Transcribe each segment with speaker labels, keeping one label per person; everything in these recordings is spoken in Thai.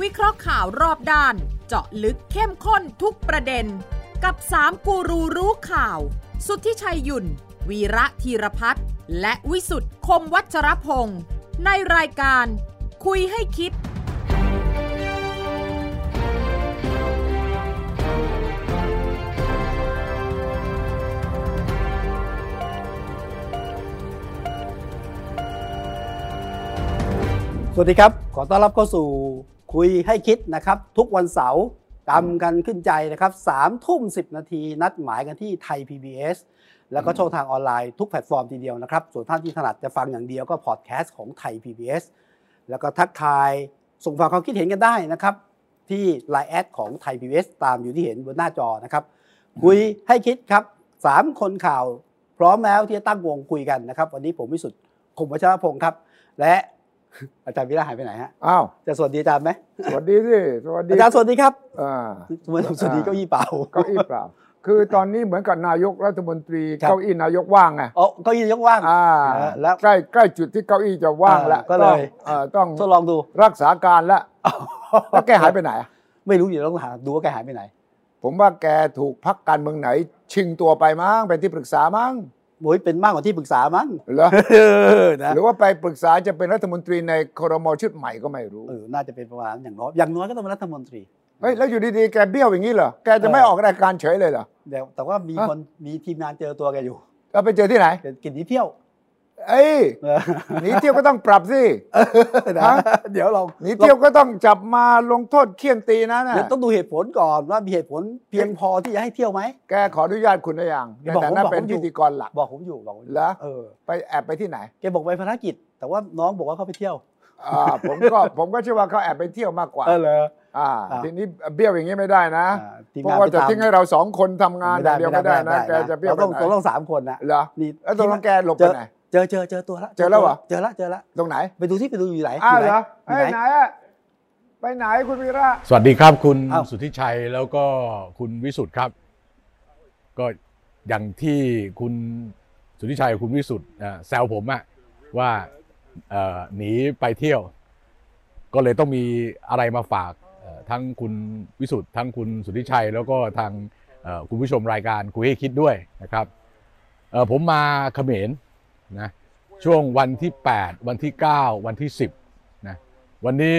Speaker 1: วิเคราะห์ข่าวรอบด้าน เจาะลึกเข้มข้นทุกประเด็น กับ 3 กูรูรู้ข่าว สุทธิชัยหยุ่น วีระธีรพัฒน์และวิสุทธ์คมวัชรพงศ์ในรายการ คุยให้คิด
Speaker 2: สวัสดีครับ ขอต้อนรับเข้าสู่คุยให้คิดนะครับ ทุกวันเสาร์จำกันขึ้นใจนะครับสามทุ่มสินาที นัดหมายกันที่ไทย PBS แล้วก็ช่องทางออนไลน์ทุกแพลตฟอร์มทีเดียวนะครับ ส่วนท่านที่ถนัดจะฟังอย่างเดียวก็พอดแคสต์ของไทย PBS แล้วก็ทักทายส่งฝากความคิดเห็นกันได้นะครับ ที่ Line แอดของไทย PBS ตามอยู่ที่เห็นบนหน้าจอนะครับ คุยให้คิดครับสามคนข่าว พร้อมแล้วที่จะตั้งวงคุยกันนะครับ วันนี้ผมวิสุทธิ์คมวัชรพงศ์ครับ และ อาจารย์วิระหายไปไหนฮะ
Speaker 3: อ้าว
Speaker 2: จะสวัสดีอาจารย์ไหม
Speaker 3: สวัสดีสิสวัสดี
Speaker 2: อาจารย์สวัสดีครับ
Speaker 3: อ่า
Speaker 2: ทำไมผมสวัสดี
Speaker 3: อ่า
Speaker 2: เก้าอี้เปล่า
Speaker 3: เก้าอี้เปล่า คือตอนนี้เหมือนกับนายกรัฐมนตรี
Speaker 2: ครับ
Speaker 3: เก้าอี้นายกว่างไง
Speaker 2: เอ๋อเก้าอี้ยกว่าง
Speaker 3: อ่า
Speaker 2: เออแล้ว
Speaker 3: ใกล้ใกล้จุดที่เก้าอี้จะว่างแล้ว
Speaker 2: เออก็เลย
Speaker 3: ต้องเอ่อต้อง
Speaker 2: ทดลองดู
Speaker 3: รักษาการแล้วแล้วแกหายไปไหนอะ
Speaker 2: ไม่รู้อยู่ต้องหาดูว่าแกหายไปไหน
Speaker 3: ผมว่าแกถูกพักการเมืองไหน ชิงตัวไปมั้งเป็นที่ปรึกษามั้ง
Speaker 2: โอ้ยเป็นมากกว่าที่ปรึกษามั้ง
Speaker 3: เหรอ
Speaker 2: เออนะ
Speaker 3: หรือว่าไปปรึกษาจะเป็นรัฐมนตรีในครมชุดใหม่ก็ไม่รู้
Speaker 2: เออน่าจะเป็นประมาณอย่างน้อยอย่างน้อยก็ต้องเป็นรัฐมนตรี
Speaker 3: เฮ้ยแล้วอยู่ดีๆแกเบี้ยวอย่างนี้เหรอแกจะไม่
Speaker 2: เออ
Speaker 3: ออกรายการเฉยเลยเหรอ
Speaker 2: แต่แต่ว่ามี
Speaker 3: ฮะ
Speaker 2: คนมีทีมงานเจอตัวแกอยู่
Speaker 3: แล้วไปเจอที่ไหน
Speaker 2: แกกินที่เที่ยว
Speaker 3: เอ้ย
Speaker 2: เออ
Speaker 3: หนีเที่ยวก็ต้องปรับสิ
Speaker 2: นะ
Speaker 3: ฮะ
Speaker 2: เดี๋ยวเรา
Speaker 3: หนีเที่ยวก็ต้องจับมาลงโทษเคี่ยนตีนะนะ
Speaker 2: เดี๋ยวต้องดูเหตุผลก่อนว่ามีเหตุผลเพียงพอที่จะให้เที่ยวไหม
Speaker 3: แกขออนุญาตคุณหรือยังใน
Speaker 2: บอกผม
Speaker 3: ฐานะ
Speaker 2: บอกผม
Speaker 3: เป็น
Speaker 2: อยู่
Speaker 3: พิธีกรหลัก
Speaker 2: บอกผมอยู่บอกผมอยู่
Speaker 3: เหรอ
Speaker 2: เออ
Speaker 3: ไปแอบไปที่ไหน
Speaker 2: แกบอกไปภารกิจ แต่ว่าน้องบอกว่าเขาไปเที่ยว
Speaker 3: อ่า ผมก็ ผมก็เชื่อว่าเขาแอบไปเที่ยวมากกว่า
Speaker 2: เออเหรอ
Speaker 3: อ่า
Speaker 2: อ่า
Speaker 3: ทีนี้เบี้ยวอย่างนี้ไม่ได้นะ
Speaker 2: อ่ทีม
Speaker 3: เพราะ
Speaker 2: น
Speaker 3: ว่า
Speaker 2: ไป
Speaker 3: จะ
Speaker 2: ตม
Speaker 3: ทิ้งให้เราสองคนทำงานอย่างเดียวไม่ได้นะแกจะเบี้ยว
Speaker 2: เรา
Speaker 3: ไป
Speaker 2: ต้อง
Speaker 3: ไหน
Speaker 2: เราต้องสามคนนะ
Speaker 3: เหรอ
Speaker 2: นี่
Speaker 3: แล้วตรงนั้นแกหลบไปไหน
Speaker 2: เจอเจอเจอตัวละ
Speaker 3: เจอแล้วเหรอ
Speaker 2: เจอละเจอละ
Speaker 3: ตรงไหน
Speaker 2: ไปดูที่ไปดูอยู่ไหน
Speaker 3: อ้าวเหรอ
Speaker 2: อยู่
Speaker 3: เอ้ย
Speaker 2: ไหน
Speaker 3: ไหนอะไปไหนคุณวีระ
Speaker 4: สวัสดีครับคุณ
Speaker 2: อ้าว
Speaker 4: สุทธิชัยแล้วก็คุณวิสุทธ์ครับ ก็อย่างที่คุณสุทธิชัยกับคุณวิสุทธ์อ่ะแซวผมอะว่าเอ่อหนีไปเที่ยว ก็เลยต้องมีอะไรมาฝากเอ่อทั้งคุณวิสุทธ์ทั้งคุณสุทธิชัย แล้วก็ทางเอ่อคุณผู้ชมรายการคุยให้คิดด้วยนะครับเอ่อผมมาเขมรนะช่วงวันที่ 8 วันที่ 9 วันที่ 10นะวันนี้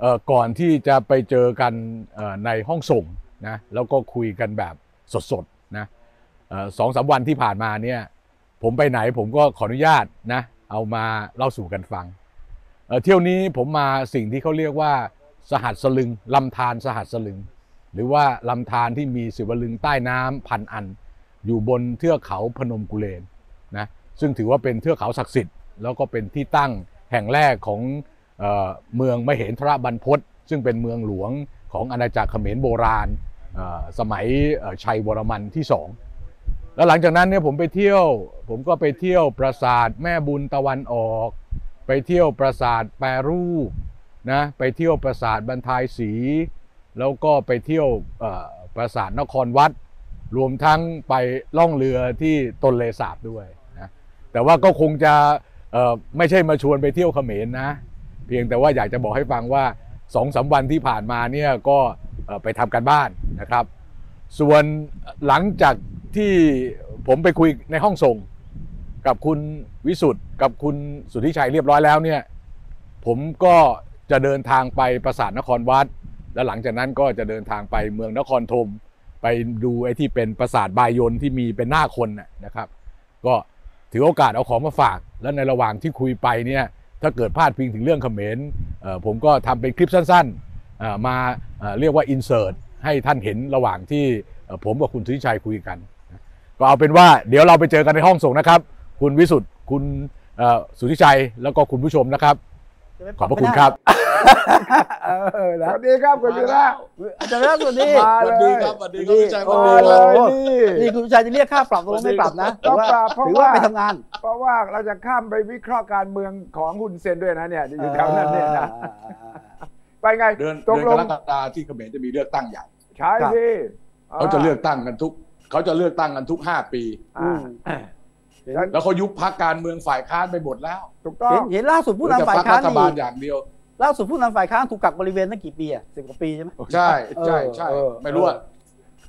Speaker 4: เอ่อก่อนที่จะไปเจอกันเอ่อในห้องส่งนะแล้วก็คุยกันแบบสดๆนะเอ่อสองสามวันที่ผ่านมาเนี่ยผมไปไหนผมก็ขออนุญาตนะเอามาเล่าสู่กันฟังเอ่อเที่ยวนี้ผมมาสิ่งที่เขาเรียกว่าสหัสสลึงลำธารสหัสสลึง หรือว่าลำธารที่มีสิวลึงใต้น้ำพันอัน อยู่บนเทือกเขาพนมกุเลนนะซึ่งถือว่าเป็นเทือกเขาศักดิ์สิทธิ์แล้วก็เป็นที่ตั้งแห่งแรกของ เอ่อเมืองมเหนทรบรรพตซึ่งเป็นเมืองหลวงของอาณาจักรเขมรโบราณเอ่อสมัยเอ่อชัยวรมันที่สองแล้วหลังจากนั้นเนี่ยผมไปเที่ยว ผมก็ไปเที่ยวปราสาทแม่บุญตะวันออก ไปเที่ยวปราสาทแปรรูปนะไปเที่ยวปราสาทบรรทายสี แล้วก็ไปเที่ยวเอ่อปราสาทนครวัด รวมทั้งไปล่องเรือที่ตนเลสาบด้วยนะแต่ว่าก็คงจะเอ่อไม่ใช่มาชวนไปเที่ยวเขมรนะ เพียงแต่ว่าอยากจะบอกให้ฟังว่า2อสวันที่ผ่านมาเนี่ยก็เอ่อไปทำกันบ้านนะครับ ส่วนหลังจากที่ผมไปคุยในห้องส่ง กับคุณวิสุทธ์กับคุณสุทธิชัยเรียบร้อยแล้วเนี่ยผมก็จะเดินทางไปปราสาทนครวัด และหลังจากนั้นก็จะเดินทางไปเมืองนครธมไปดูไอ้ที่เป็นปราสาทบายยนที่มีเป็นหน้าคนน่ะนะครับ ก็ถือโอกาสเอาของมาฝาก และในระหว่างที่คุยไปเนี่ย ถ้าเกิดพลาดพิงถึงเรื่องเขมรเอ่อผมก็ทำเป็นคลิปสั้นๆเอ่อมาเอ่อเรียกว่าอินเสิร์ตให้ท่านเห็นระหว่างที่เอ่อผมกับคุณสุทธิชัยคุยกันนะก็เอาเป็นว่าเดี๋ยวเราไปเจอกันในห้องส่งนะครับ คุณวิสุทธ์คุณเอ่อสุทธิชัยแล้วก็คุณผู้ชมนะครับ ขอบพระคุณครับ
Speaker 2: เออ
Speaker 3: ส
Speaker 2: นะ
Speaker 3: วัสดีครับคุณวีระ
Speaker 2: อาจารย์วิระสวัสดี
Speaker 3: มา
Speaker 5: สวัสดีครับสวัสดีครับพี่แจ็คส
Speaker 3: โอ้
Speaker 5: วัสดีค
Speaker 3: ยเล
Speaker 5: รับ
Speaker 3: ยนี่
Speaker 2: นี่คุณวิชัยจะเรียกค่าปรับตกลงไม่ปรับนะ
Speaker 3: ต้
Speaker 2: แต่
Speaker 3: อง
Speaker 2: ว่า
Speaker 3: ปรับเพราะ
Speaker 2: ถือว่า
Speaker 3: ว่า
Speaker 2: ไปทำงาน
Speaker 3: เพราะว่าเราจะข้ามไปวิเคราะห์การเมืองของฮุนเซนด้วยนะเนี่ยอยู่แถวนั้นเนี่ยนะ
Speaker 2: ออ
Speaker 3: ไปไง
Speaker 5: เดือน
Speaker 3: ต
Speaker 5: เดือ
Speaker 3: ก
Speaker 5: น
Speaker 3: ล
Speaker 5: ก
Speaker 3: ง
Speaker 5: รกฎาที่เขมรจะมีเลือกตั้งใหญ่
Speaker 3: ใช่
Speaker 2: ครับ
Speaker 3: สิ
Speaker 5: เขาจะเลือกตั้งกันทุกเขาจะเลือกตั้งกันทุกห้าปี
Speaker 3: อ่า
Speaker 2: อืม
Speaker 5: แล้วเขายุบพักการเมืองฝ่ายค้านไปหมดแล้ว
Speaker 3: ถูกต้อง
Speaker 2: เห็นเห็นล่าสุด
Speaker 5: เหลือน
Speaker 2: ผู้ำ
Speaker 5: แต่
Speaker 2: ฝ่าย
Speaker 5: พัก
Speaker 2: ค้าน
Speaker 5: รัฐ
Speaker 2: นี่
Speaker 5: บาลอย่างเดียว
Speaker 2: ล่าสุดผู้นำฝ่ายค้านถูกกักบริเวณตั้งกี่ปีอ่ะสิบกว่าปีใช่ไหม
Speaker 4: ใช่ใช่ใช่
Speaker 2: เออเออ
Speaker 4: ไม่รู้อะ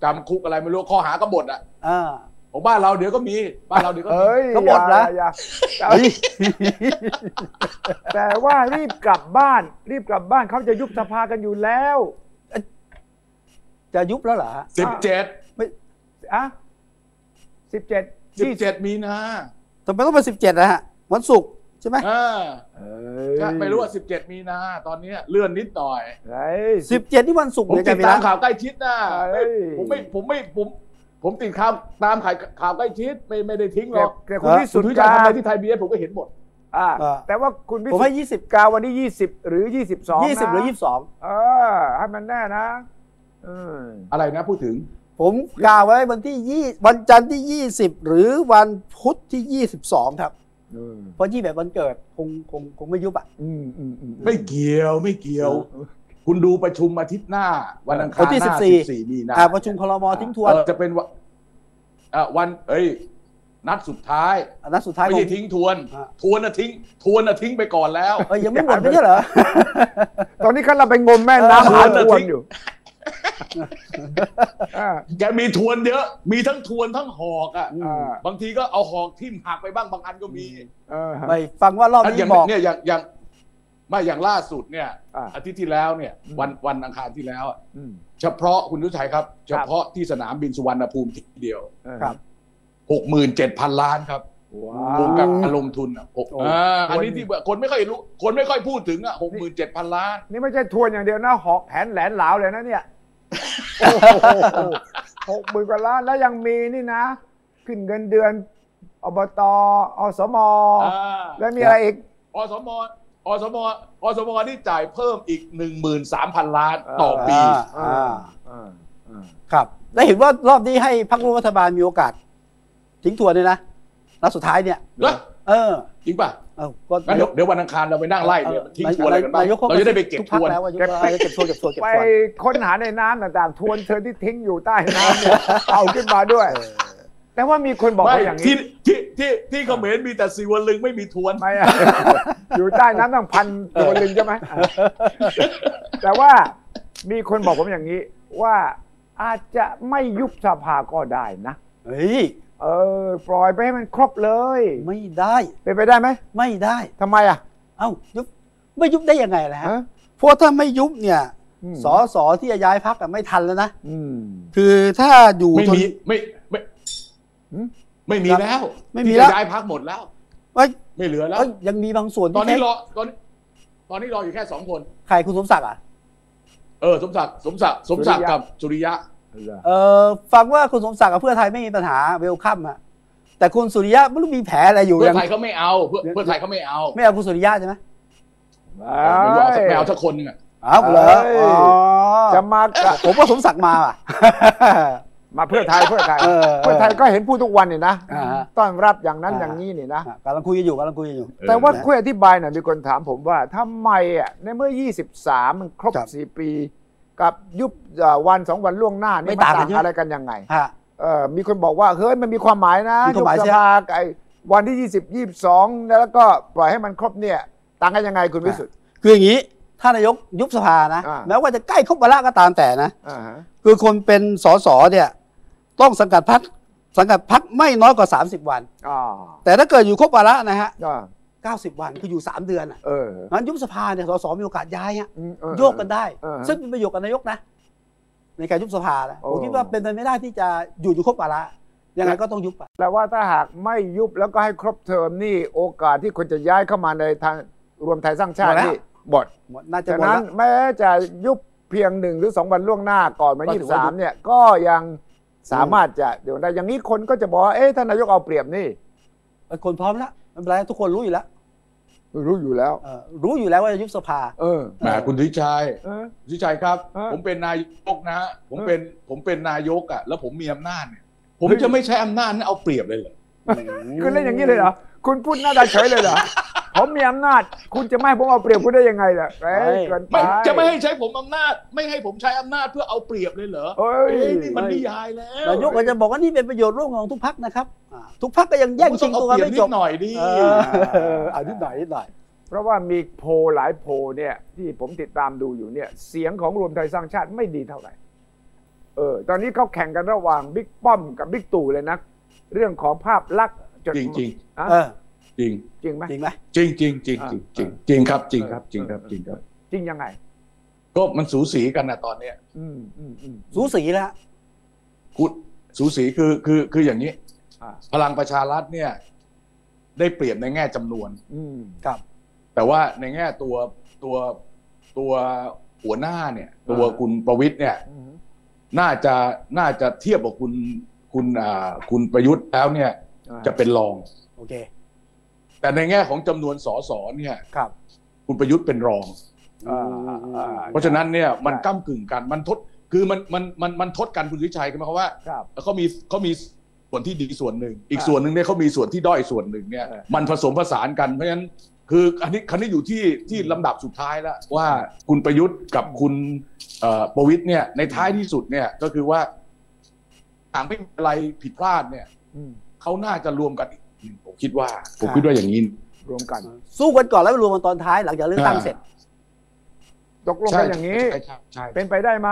Speaker 4: จำคุกอะไรไม่รู้ข้อหากบฏอ่ะ
Speaker 2: อ่า
Speaker 4: ของบ้านเราเดี๋ยวก็มีบ้านเราเดี๋ยวก็มี
Speaker 3: เอ้ย
Speaker 2: ก็หมด
Speaker 3: อย่า
Speaker 2: ละ
Speaker 3: อย่าแต่ว่ารีบกลับบ้าน รีบกลับบ้านเขาจะยุบสภากันอยู่แล้ว
Speaker 2: จะยุบแล้วเหรอฮะ
Speaker 4: สิบเจ็ด
Speaker 3: อะสิบเจ็ด
Speaker 4: สิบเจ็ดมีนา
Speaker 2: ทำไมต้องเป็นสิบเจ็ดนะฮะ วันศุกร์ใช่ไหม
Speaker 4: เออใช่ไม่รู้ว่าสิบเจ็ดมีนาตอนเนี้ยเลื่อนนิดหน่อย
Speaker 3: ไอ้สิ
Speaker 2: สิ
Speaker 3: บบ
Speaker 2: เจ็ดนี่วันศุกร์
Speaker 4: ผม
Speaker 2: เนี่ย
Speaker 4: ติ
Speaker 2: จะ
Speaker 4: ด
Speaker 2: มี
Speaker 4: ตา
Speaker 2: ร้าม น
Speaker 4: ข่าวใกล้ชิดนะ
Speaker 3: เอ้ย
Speaker 4: ผมไม่ผมไม่ผม ผมติดข่าวตามข่าวข่าวใกล้ชิดไม่ไม่ได้ทิ้งหร
Speaker 3: แต่
Speaker 4: อก
Speaker 3: แต่คุณวิ
Speaker 4: สุ
Speaker 3: สุ
Speaker 4: ด
Speaker 3: ท
Speaker 4: ที่
Speaker 3: ธิ์
Speaker 4: จะ
Speaker 3: กา
Speaker 4: ทำอะไรที่ไทยบีเอสผมก็เห็นหมด
Speaker 3: อ่าแต่ว่าคุณวิ
Speaker 2: ผม
Speaker 3: สุท
Speaker 2: ให้
Speaker 3: ธิ์
Speaker 2: ยี่สิบ
Speaker 3: กาวันที่ยี่สิบหรือยี่สิบสอง
Speaker 2: ยี่สิบหรือยี่สิบสอง
Speaker 3: เออให้มันแน่นะอืม
Speaker 4: อะไรนะพูดถึง
Speaker 2: ผมกาวไว้วันที่ยี่วันจันทร์ที่ยี่สิบหรือวันพุธที่ยี่สิบสองครับ
Speaker 3: อืม
Speaker 2: เพราะยี่แบบวันเกิดคงคงคงไม่ยุบอ่ะ
Speaker 3: อืมอืมอืม
Speaker 4: ไม่เกี่ยวไม่เกี่ยว คุณดูประชุมอาทิตย์หน้า วันอังคาร
Speaker 2: วันที่
Speaker 4: ห
Speaker 2: สิบ
Speaker 4: น้า
Speaker 2: สี่
Speaker 4: 14มีนา
Speaker 2: อ่าประชุมคลมทิ้งทวน
Speaker 4: เออจะเป็นวันเอ่อวันเอ้ยนัดสุดท้าย
Speaker 2: อันนั้นสุดท้าย
Speaker 4: ไม่
Speaker 2: ของ
Speaker 4: ใช่ทิ้งทวน
Speaker 2: อ่ะ
Speaker 4: ทวนน่ะทิ้ง ทวนน่ะทิ้งไปก่อนแล้ว
Speaker 2: เอ้ยยังไม่หมดไม่ใช่ เหรอ
Speaker 3: ตอนนี้กำลังไปงมแม่น้ำหา
Speaker 4: เออ
Speaker 3: อ้วนอยู่อ่า
Speaker 4: แกมีทวนเยอะ มีทั้งทวนทั้งหอกอ่ะ
Speaker 2: อืม
Speaker 3: อ่า
Speaker 4: บางทีก็เอาหอกทิ่มหักไปบ้างบางอันก็มี
Speaker 3: เออ
Speaker 2: ไปฟังว่ารอบ
Speaker 4: อันอ
Speaker 2: นี้
Speaker 4: ย่าง
Speaker 2: บอก
Speaker 4: เนี่ยอย่างอย่างไม่อย่างล่าสุดเนี่ย
Speaker 3: อ่ะ
Speaker 4: อาทิตย์ที่แล้วเนี่ย
Speaker 3: อืม
Speaker 4: วันวันอังคารที่แล้วอะ
Speaker 3: อืม
Speaker 4: เฉพาะคุณทุชัยครับ เฉพาะที่สนามบินสุวรรณภูมิทีเดียว
Speaker 3: เออ
Speaker 2: ครับ
Speaker 4: หกหมื่นเจ็ดพันล้านครับ
Speaker 3: ว้าร
Speaker 4: วมกับ
Speaker 3: ว
Speaker 4: การลงทุนอ่ะหก
Speaker 2: โอ้
Speaker 4: อ่าอันนี้
Speaker 3: วัน
Speaker 4: ที่คนไม่ค่อยรู้ คนไม่ค่อยพูดถึงอ่ะหกหมื่นเจ็ดพันล้าน
Speaker 3: นี่ไม่ใช่ทวนอย่างเดียวนะ หอกแหนแหลนหลาวเลยนะเนี่ยหกหมื่นกว่าล้านแล้วยังมีนี่นะ ขึ้นเงินเดือนอบตอสม
Speaker 4: อ่า
Speaker 3: แล้วมีอะไรอีก
Speaker 4: อสมอสมอสมที่จ่ายเพิ่มอีกหนึ่งหมื่นสามพันล้านต่อปี
Speaker 2: อ่าอ่าครับได้เห็นว่ารอบนี้ให้พรรคร่วมรัฐบาลมีโอกาส ทิ้งทวนเลยนะนัดสุดท้ายเนี่ย
Speaker 4: เหรอ
Speaker 2: เออ
Speaker 4: จริงป่ะ
Speaker 2: เอ้าก็
Speaker 4: งั้นเดี๋ยวเดี๋ยววันอังคารเราไปนั่งไล่เนี่ยมันทิ้งทวนอะไรกันบ้าง
Speaker 2: ย
Speaker 4: เราจะได้ไปเก็บท
Speaker 2: ทุก
Speaker 4: วน
Speaker 2: พัแล้วว่ายุบแล้วเก็บทวนเก็บทวนเก็บ
Speaker 3: ไป
Speaker 2: ทวน
Speaker 3: ค้นหาในน้ำต่างๆ ทวนเธอที่ทิ้งอยู่ใต้น้ำเนี่ยเอาขึ้นมาด้วย แต่ว่ามีคนบอก
Speaker 4: ไม่
Speaker 3: ว่าอย่างนี้
Speaker 4: ที่ที่ที่ที่เขมรมีแต่สีวันลึงไม่มีทวน
Speaker 3: ไม่อะ อยู่ใต้น้ำตั้งพันตัวลึงใช่ไหมอ่ะ แต่ว่ามีคนบอกผมอย่างนี้ ว่าอาจจะไม่ยุบสภาก็ได้นะ
Speaker 2: เฮ้ย
Speaker 3: เออ ปล่อยไปให้มันครบเลย
Speaker 2: ไม่ได้
Speaker 3: เป็นไปได้ไหม
Speaker 2: ไม่ได้
Speaker 3: ทำไมอ่ะ
Speaker 2: เอ้ายุบไม่ยุบได้ยังไงล่ะฮะ
Speaker 3: ฮะ
Speaker 2: เพราะถ้าไม่ยุบเนี่ย
Speaker 3: ม
Speaker 2: สอสอที่จะย้ายพักไม่ทันแล้วนะ
Speaker 3: อืม
Speaker 2: คือถ้าอยู่
Speaker 4: ไม่
Speaker 2: จน
Speaker 4: มีไม่ไม่
Speaker 3: หืม
Speaker 4: ไม่มีแล้ว
Speaker 2: ไม่มี
Speaker 4: ที่
Speaker 2: แล้ว
Speaker 4: จะย้ายพักหมดแล้ว
Speaker 2: เอ้ย
Speaker 4: ไม่เหลือแล้ว
Speaker 2: เอ้ยยังมีบางส่วน
Speaker 4: ตอนนี้
Speaker 2: ที่
Speaker 4: รอตอนนี้ตอนนี้รออยู่แค่สองคน
Speaker 2: ใครคุณสมศักดิ์อ่ะ
Speaker 4: เออ สมศักดิ์สมศักดิ์สมศักดิ์กับสุริยะ
Speaker 2: เออฟังว่าคุณสมศักดิ์กับเพื่อไทยไม่มีปัญหาเวลคัมอะแต่คุณสุริยะไม่รู้มีแผลอะไรอยู่
Speaker 4: เพื่
Speaker 2: ยั
Speaker 4: อง ไทยเขาไม่เอาเพื่อเพื่อไทยเขาไม่เอา
Speaker 2: ไม่เอาคุณสุริยะใช่ไหม
Speaker 4: ไม่เอาไม่เอาสักคนหนึงอ่ะ
Speaker 2: อ้าวเหรอ
Speaker 3: เอ้ย
Speaker 2: อ๋อ
Speaker 3: จะมากะ
Speaker 2: ผมว่าสมศักดิ์มาอ่ะ
Speaker 3: มาเพื่อไทยเพื่อไทย
Speaker 2: เออ
Speaker 3: เพื่อไทยก็เห็นพูดทุกวันนี่นะ
Speaker 2: อ่าฮะ
Speaker 3: ต้อนรับอย่างนั้น
Speaker 2: อ่า
Speaker 3: อย่างนี้นี่นะ
Speaker 2: อ่ะกำลังคุยกันอยู่กำลังคุยกันอยู่
Speaker 3: แต่ว่าคุยอธิบายหน่อยมีคนถามผมว่าทำไมอ่ะในเมื่อ 23 มันครบ
Speaker 2: ครับ
Speaker 3: 4 ปี กับยุบเอ่อวันสองวันล่วงหน้านี่
Speaker 2: ไม่
Speaker 3: มัน
Speaker 2: ต่าง
Speaker 3: ต่าง
Speaker 2: กันใช่ไหม
Speaker 3: อะไรกันยังไง
Speaker 2: ฮะ
Speaker 3: เอ่อมีคนบอกว่าเฮ้ยมันมีความหมายนะ
Speaker 2: มีความหมาย
Speaker 3: บส
Speaker 2: ใช่ไหม
Speaker 3: ภาไอ้วันที่ 20 22 แล้วก็ปล่อยให้มันครบเนี่ย ต่างกันยังไงคุณวิสุทธิ์
Speaker 2: คืออย่างนี้ถ้านายกยุบสภานะ
Speaker 3: อ่า
Speaker 2: แม้ว่าจะใกล้ครบวาระก็ตามแต่นะ
Speaker 3: อ่าฮะ
Speaker 2: คือคนเป็นสสเนี่ยต้องสังกัดพักสังกัดพักไม่น้อยกว่า 30 วัน
Speaker 3: อ๋อ
Speaker 2: แต่ถ้าเกิดอยู่ครบวาระนะฮะ
Speaker 3: ก็
Speaker 2: 90 วันคืออยู่ 3 เดือนอ่ะ
Speaker 3: เออ
Speaker 2: งั้นยุบสภาเนี่ยสสมีโอกาสย้ายอ่ะ
Speaker 3: อืมเออ
Speaker 2: โยกกันได้
Speaker 3: เออ
Speaker 2: ซึ่งเป็นประโยชน์กับนายกนะ ในการยุบสภานะ
Speaker 3: โอ้
Speaker 2: ผมคิดว่าเป็นไปไม่ได้ที่จะอยู่อยู่ครบวาระยังไงก็ต้องยุบอ่ะ
Speaker 3: แปลว่าถ้าหากไม่ยุบแล้วก็ให้ครบเทอมนี่โอกาสที่คนจะย้ายเข้ามาในทางรวมไทยสร้างชาตินี่หมด
Speaker 2: หมดน่าจะ
Speaker 3: จา
Speaker 2: หม
Speaker 3: ก
Speaker 2: ด
Speaker 3: นั้น
Speaker 2: ละ
Speaker 3: แม้จะยุบเพียงหนึ่งหรือสองวันล่วงหน้าก่อนวัน
Speaker 2: ก็
Speaker 3: ยี่
Speaker 2: ถื
Speaker 3: สิ
Speaker 2: อบ ว่า
Speaker 3: สามเนี่ยก็ยังสามารถจะเดี๋ยวได้อย่างนี้คนก็จะบอกว่าเอ๊ะท่านนายกเอาเปรียบนี่
Speaker 2: เออคนพร้อมแล้วไม่เป็นไรทุกคนรู้อยู่แล้ว
Speaker 3: รู้อยู่แล้ว
Speaker 2: เออรู้อยู่แล้วว่าจะยุบสภา
Speaker 3: เออ
Speaker 4: แหมคุณทิชัย
Speaker 3: เออ
Speaker 4: ทิชัยครับ
Speaker 3: ฮะ
Speaker 4: ผมเป็นนายกนะฮะผม
Speaker 3: ฮะ
Speaker 4: เป็นผมเป็นนายกอ่ะ แล้วผมมีอำนาจเนี่ย ผมจะไม่ใช้อำนาจนั้นเอาเปรียบเลยเหรอ
Speaker 3: คุณเล่นอย่างนี้เลยเหรอคุณพูดหน้าตาเฉยเลยเหรอ ผมมีอำนาจ คุณจะไม่ให้ผมเอาเปรียบคุณได้ยังไงล่ะเอ้ยเกินไป
Speaker 4: ไม่จะไม่ให้ใช้ผมอำนาจ ไม่ให้ผมใช้อำนาจเพื่อเอาเปรียบเลยเหรอ
Speaker 3: เอ้
Speaker 4: เอ้
Speaker 3: ย
Speaker 4: ยนี่มันนิยายแล้ว
Speaker 2: นายกก็จะบอกว่านี่เป็นประโยชน์ร่วมของทุกพักนะครับอ่าทุกพักก็ยังแย่ง
Speaker 4: ผม
Speaker 2: ชิ
Speaker 4: ต้อง ง
Speaker 2: ตั
Speaker 4: เอา
Speaker 2: ว
Speaker 4: เป
Speaker 2: กัน
Speaker 4: รียบ
Speaker 2: ไม่
Speaker 4: นิ
Speaker 2: จ
Speaker 4: ด
Speaker 2: บ
Speaker 4: หน่อยดิ
Speaker 2: เออเอานิดหน่อยนิดหน่อย
Speaker 3: เพราะว่ามีโพลหลายโพลเนี่ย ที่ผมติดตามดูอยู่เนี่ย เสียงของรวมไทยสร้างชาติไม่ดีเท่าไหร่ เออ ตอนนี้เขาแข่งกันระหว่างบิ๊กป้อมกับบิ๊กตู่เลยนะ เรื่องของภาพลักษณ์จด
Speaker 4: จริงจริง
Speaker 3: อ่ะ
Speaker 2: เออ
Speaker 4: จริง
Speaker 3: จริงไหม
Speaker 2: จริงไหม
Speaker 4: จริงจริงจริงจริงจริงจริงครับจริงครับจริงครับจริงครับ
Speaker 3: จริงยังไง
Speaker 4: ก็มันสูสีกันนะตอนเนี้ย
Speaker 3: อืมอืมอืม
Speaker 2: สูสีแล้วฮะ
Speaker 4: คุณสูสีคือคือคืออย่างนี้
Speaker 3: อ่า
Speaker 4: พลังประชารัฐเนี่ย ได้เปรียบในแง่จำนวน
Speaker 3: อืม
Speaker 2: ครับ
Speaker 4: แต่ว่าในแง่ตัวตัวตัวหัวหน้าเนี่ย ตัวคุณประวิทย์เนี่ย
Speaker 3: อืม
Speaker 4: น่าจะน่าจะเทียบกับคุณคุณอ่าคุณประยุทธ์แล้วเนี่ย
Speaker 3: อ่า
Speaker 4: จะเป็นรอง
Speaker 2: โอเค
Speaker 4: แต่ในแง่ของจำนวนสสเนี่ย
Speaker 2: ครับ
Speaker 4: คุณประยุทธ์เป็นรอง
Speaker 3: อ่าอ่า
Speaker 4: เพราะฉะนั้นเนี่ยมันก้ากึ่งกันมันทดคือมันมันมันมันทดกันคุณวิชัยคือหมายความว่า
Speaker 3: ครับ
Speaker 4: เขามีเขามีส่วนที่ดีส่วนหนึ่ง อีก
Speaker 3: อ่า
Speaker 4: ส่วนหนึ่งเนี่ยเขามีส่วนที่ด้อยส่วนหนึ่งเนี่ย
Speaker 3: เออ
Speaker 4: มันผสมผสานกันเพราะฉะนั้นคืออันนี้คันนี้อยู่ที่ที่ลำดับสุดท้ายแล้วว่าคุณประยุทธ์กับคุณเอ่อประวิทย์เนี่ยในท้ายที่สุดเนี่ยก็คือว่าหากไม่มีอะไรผิดพลาดเนี่ย
Speaker 3: อืม
Speaker 4: เขาน่าจะรวมกันอีกหนึ่งผมคิดว่า ผมคิดว่าอย่างนี้
Speaker 3: รวมกัน
Speaker 2: สู้กันก่อนแล้วไปรวมกันตอนท้ายหลังจากเลือกตั้งเสร็จ
Speaker 3: ตกลงกันอย่างนี้
Speaker 4: ใช่ใช่ใช่
Speaker 3: เป็นไปได้ไหม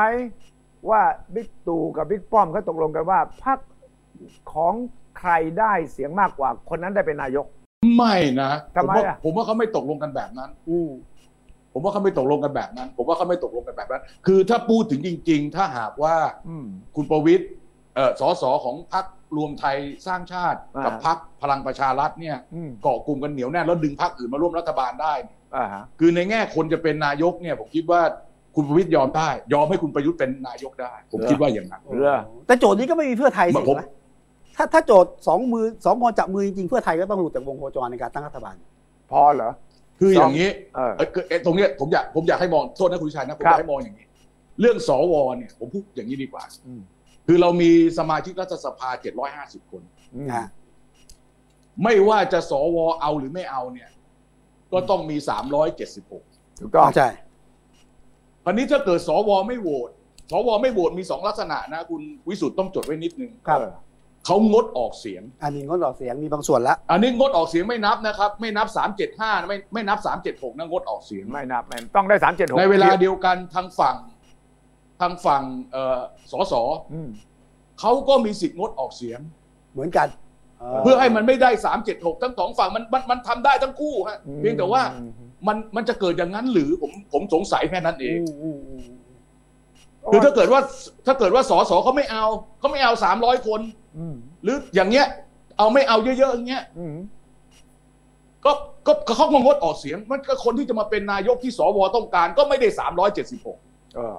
Speaker 3: ว่าบิ๊กตู่กับบิ๊กป้อมเขาตกลงกันว่าพรรคของใครได้เสียงมากกว่า คนนั้นได้เป็นนายก
Speaker 4: ไม่นะ
Speaker 3: ทำไม
Speaker 4: ผว่า
Speaker 3: อ่ะ
Speaker 4: ผมว่าเขาไม่ตกลงกันแบบนั้น
Speaker 2: อืม
Speaker 4: ผมว่าเขาไม่ตกลงกันแบบนั้น ผมว่าเขาไม่ตกลงกันแบบนั้น คือถ้าพูดถึงจริง ๆ ถ้าหากว่า
Speaker 3: อืม
Speaker 4: คุณประวิตยเอ่อสสของพรรครวมไทยสร้างชาติ
Speaker 3: อ่ากั
Speaker 4: กับพรรคพลังประชารัฐเนี่ย
Speaker 3: อืม
Speaker 4: เกาะกลุ่มกันเหนียวแน่นแล้วดึงพรรคอื่นมาร่วมรัฐบาลได้
Speaker 3: อ่าฮะ
Speaker 4: คือในแง่คนจะเป็นนายกเนี่ยผมคิดว่าคุณประวิตยยอมได้ ยอมให้คุณประยุทธ์เป็นนายกได้ ผมคิดว่าอย่างนั้น
Speaker 3: เรือ
Speaker 2: แต่โจทย์นี้ก็ไม่มีเพื่อไทยสิ
Speaker 4: มาพบ
Speaker 2: นะถ้าถ้าโจทย์สองมือสองคนจับมือจริงๆเพื่อไทยก็ต้องหลุดจากวงโคจรในการตั้งรัฐบาล
Speaker 3: พอเหรอ
Speaker 4: คืออย่างนี้
Speaker 3: เออ
Speaker 4: เอ้ยคือเอ้ยตรงเนี้ยผมอยากผมอยากให้มองโทษนะคุณชัยนะผม
Speaker 3: ครั
Speaker 4: อบ ยากให้มองอย่างนี้ เรื่องสวเนี่ยผมพูดอย่างนี้ดีกว่า
Speaker 3: อืม
Speaker 4: คือเรามีสมาชิกรัฐสภา 750 คน
Speaker 3: อืม
Speaker 2: อ่ะ
Speaker 4: ไม่ว่าจะสวเอาหรือไม่เอาเนี่ย ก็ต้องมี 376
Speaker 3: ถูกต้อง
Speaker 2: ใช่
Speaker 4: คราวนี้ถ้าเกิดสวไม่โหวตสวไม่โหวตมีสองลักษณะนะ คุณวิสุทธ์ต้องจดไว้นิดนึง
Speaker 2: ครับ
Speaker 3: เออ
Speaker 4: เขางดออกเสียง
Speaker 2: อันนี้งดออกเสียงมีบางส่วนละ
Speaker 4: อันนี้งดออกเสียงไม่นับนะครับ ไม่นับ 375นะไม่ไม่นับ 376นะงดออกเสียง
Speaker 3: ไม่นับไม่ต้องได้สามเจ็ดหก
Speaker 4: ในเวลาเดียวกันทางฝั่งทางฝั่งเอ่อสส
Speaker 3: อืม
Speaker 4: เขาก็มีสิทธิ์งดออกเสียง
Speaker 2: เหมือนกัน
Speaker 3: อ
Speaker 4: เพื่อให้มันไม่ได้ 376 ทั้งสองฝั่งมันมันมันทำได้ทั้งคู่ฮะ
Speaker 3: อืม
Speaker 4: เพียงแต่ว่ามันมันจะเกิดอย่างนั้นหรือผมผมสงสัยแค่นั้นเอง
Speaker 2: อืมอืมอืม
Speaker 4: คือถ้าเกิดว่าถ้าเกิดว่าสสเขาไม่เอาเขาไม่เอา 300 คน
Speaker 3: อืม
Speaker 4: หรืออย่างเงี้ยเอาไม่เอาเยอะๆอย่างเงี้ย
Speaker 3: อืม
Speaker 4: ก็ก็ก็เขาก็งดออกเสียง มันก็คนที่จะมาเป็นนายกที่สวต้องการก็ไม่ได้ 376
Speaker 3: เออ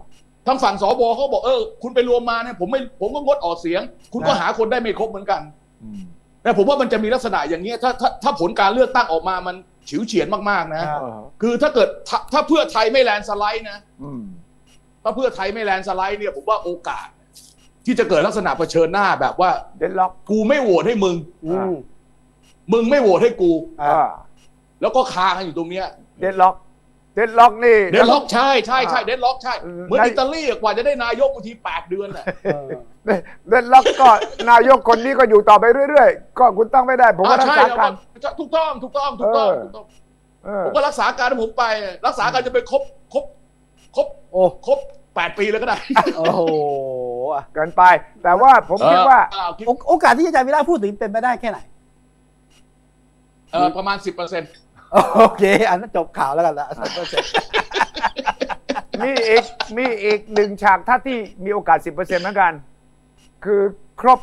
Speaker 4: ทางฝั่งสวเขาบอกเออคุณไปรวมมาเนี่ยผมไม่ผมก็งดออกเสียง คุณก็
Speaker 3: นะ
Speaker 4: หาคนได้ไม่ครบเหมือนกัน
Speaker 3: อืม
Speaker 4: แต่ผมว่ามันจะมีลักษณะอย่างเงี้ยถ้าถ้าถ้าผลการเลือกตั้งออกมามันฉิวเฉียนมากๆนะ
Speaker 3: เออ
Speaker 4: คือถ้าเกิดถ้าถ้าเพื่อไทยไม่แลนด์สไลด์นะ
Speaker 3: อืม
Speaker 4: ถ้าเพื่อไทยไม่แลนด์สไลด์เนี่ยผมว่าโอกาส ที่จะเกิดลักษณะเผชิญหน้าแบบว่า
Speaker 3: เดนล็อก
Speaker 4: กูไม่โหวตให้มึง
Speaker 2: อืม
Speaker 4: มึงไม่โหวตให้กู
Speaker 2: อ่า
Speaker 4: แล้วก็คากันอยู่ตรงเนี้ย
Speaker 3: เดนล็อก เดนล็อกนี่
Speaker 4: เดดล็อกใช่ใช่ใช่
Speaker 3: อ่า
Speaker 4: เดดล็อกใช่
Speaker 3: เออ
Speaker 4: เหมือน
Speaker 3: ได้
Speaker 4: อิตาลีอะกว่าจะได้นายกบางทีแปดเดือนน่ะ
Speaker 2: เออ
Speaker 3: เดนล็อกก็ นายกคนนี้ก็อยู่ต่อไปเรื่อยๆ ก็คุณตั้งไม่ได้ ผมก็
Speaker 4: อ่า
Speaker 3: รัก
Speaker 4: ใช่
Speaker 3: ษา
Speaker 4: แล้ว
Speaker 3: การ
Speaker 4: ก็ถูกต้องถูกต้องถูกต้อง
Speaker 3: เออ
Speaker 4: ถูกต้อง
Speaker 3: เออ
Speaker 4: ผมก็รักษาการของผมไป รักษาการจะไปครบครบครบ
Speaker 2: โอ้
Speaker 4: ครบแปดปีแล้วก็ได้
Speaker 2: โอ้โหอ่ะ
Speaker 3: เกินไป แต่ว่าผมคิดว่า
Speaker 4: เออคิด
Speaker 2: โอโอกาสที่อาจารย์วิระพูดถึงเป็นไปได้แค่ไหน
Speaker 4: เออประมาณสิบเปอร์เซ็นต์
Speaker 2: โอเค อันนั้นจบข่าวแล้วกันละ
Speaker 3: มีอีกมีอีกหนึ่งฉากถ้าที่มีโอกาส 10%เหมือนกัน คือครบ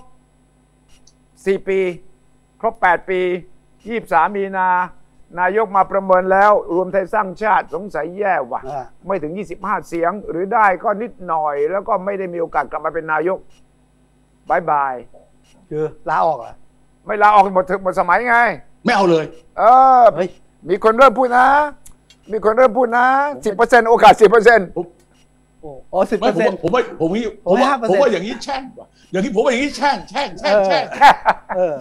Speaker 3: 4 ปี ครบ 8 ปี 23 มีนา นายกมาประเมินแล้ว รวมไทยสร้างชาติสงสัยแย่ว่ะ
Speaker 2: อ่า
Speaker 3: ไม่ถึง 25 เสียง หรือได้ก็นิดหน่อย แล้วก็ไม่ได้มีโอกาสกลับมาเป็นนายกบายบาย
Speaker 2: คือลาออกเหรอ
Speaker 3: ไม่ลาออกหมดเถอะหมดสมัยไง
Speaker 4: ไม่เอาเลย
Speaker 3: เออ
Speaker 2: เฮ้ย
Speaker 3: มีคนเริ่มพูดนะ มีคนเริ่มพูดนะ 10%โอกาส 10%
Speaker 2: โอ้โอ้สิบเป
Speaker 4: ไม่
Speaker 2: อร์เซ็น
Speaker 4: ผมว่า
Speaker 2: ต์
Speaker 4: ผมว่าผมว่า
Speaker 2: 5%
Speaker 4: ผมว่าผมว่าอย่างนี้แช่งว่ะอย่างนี้ผมว่าอย่างนี้แช่งแช่งแช่งแช่ง
Speaker 2: เออ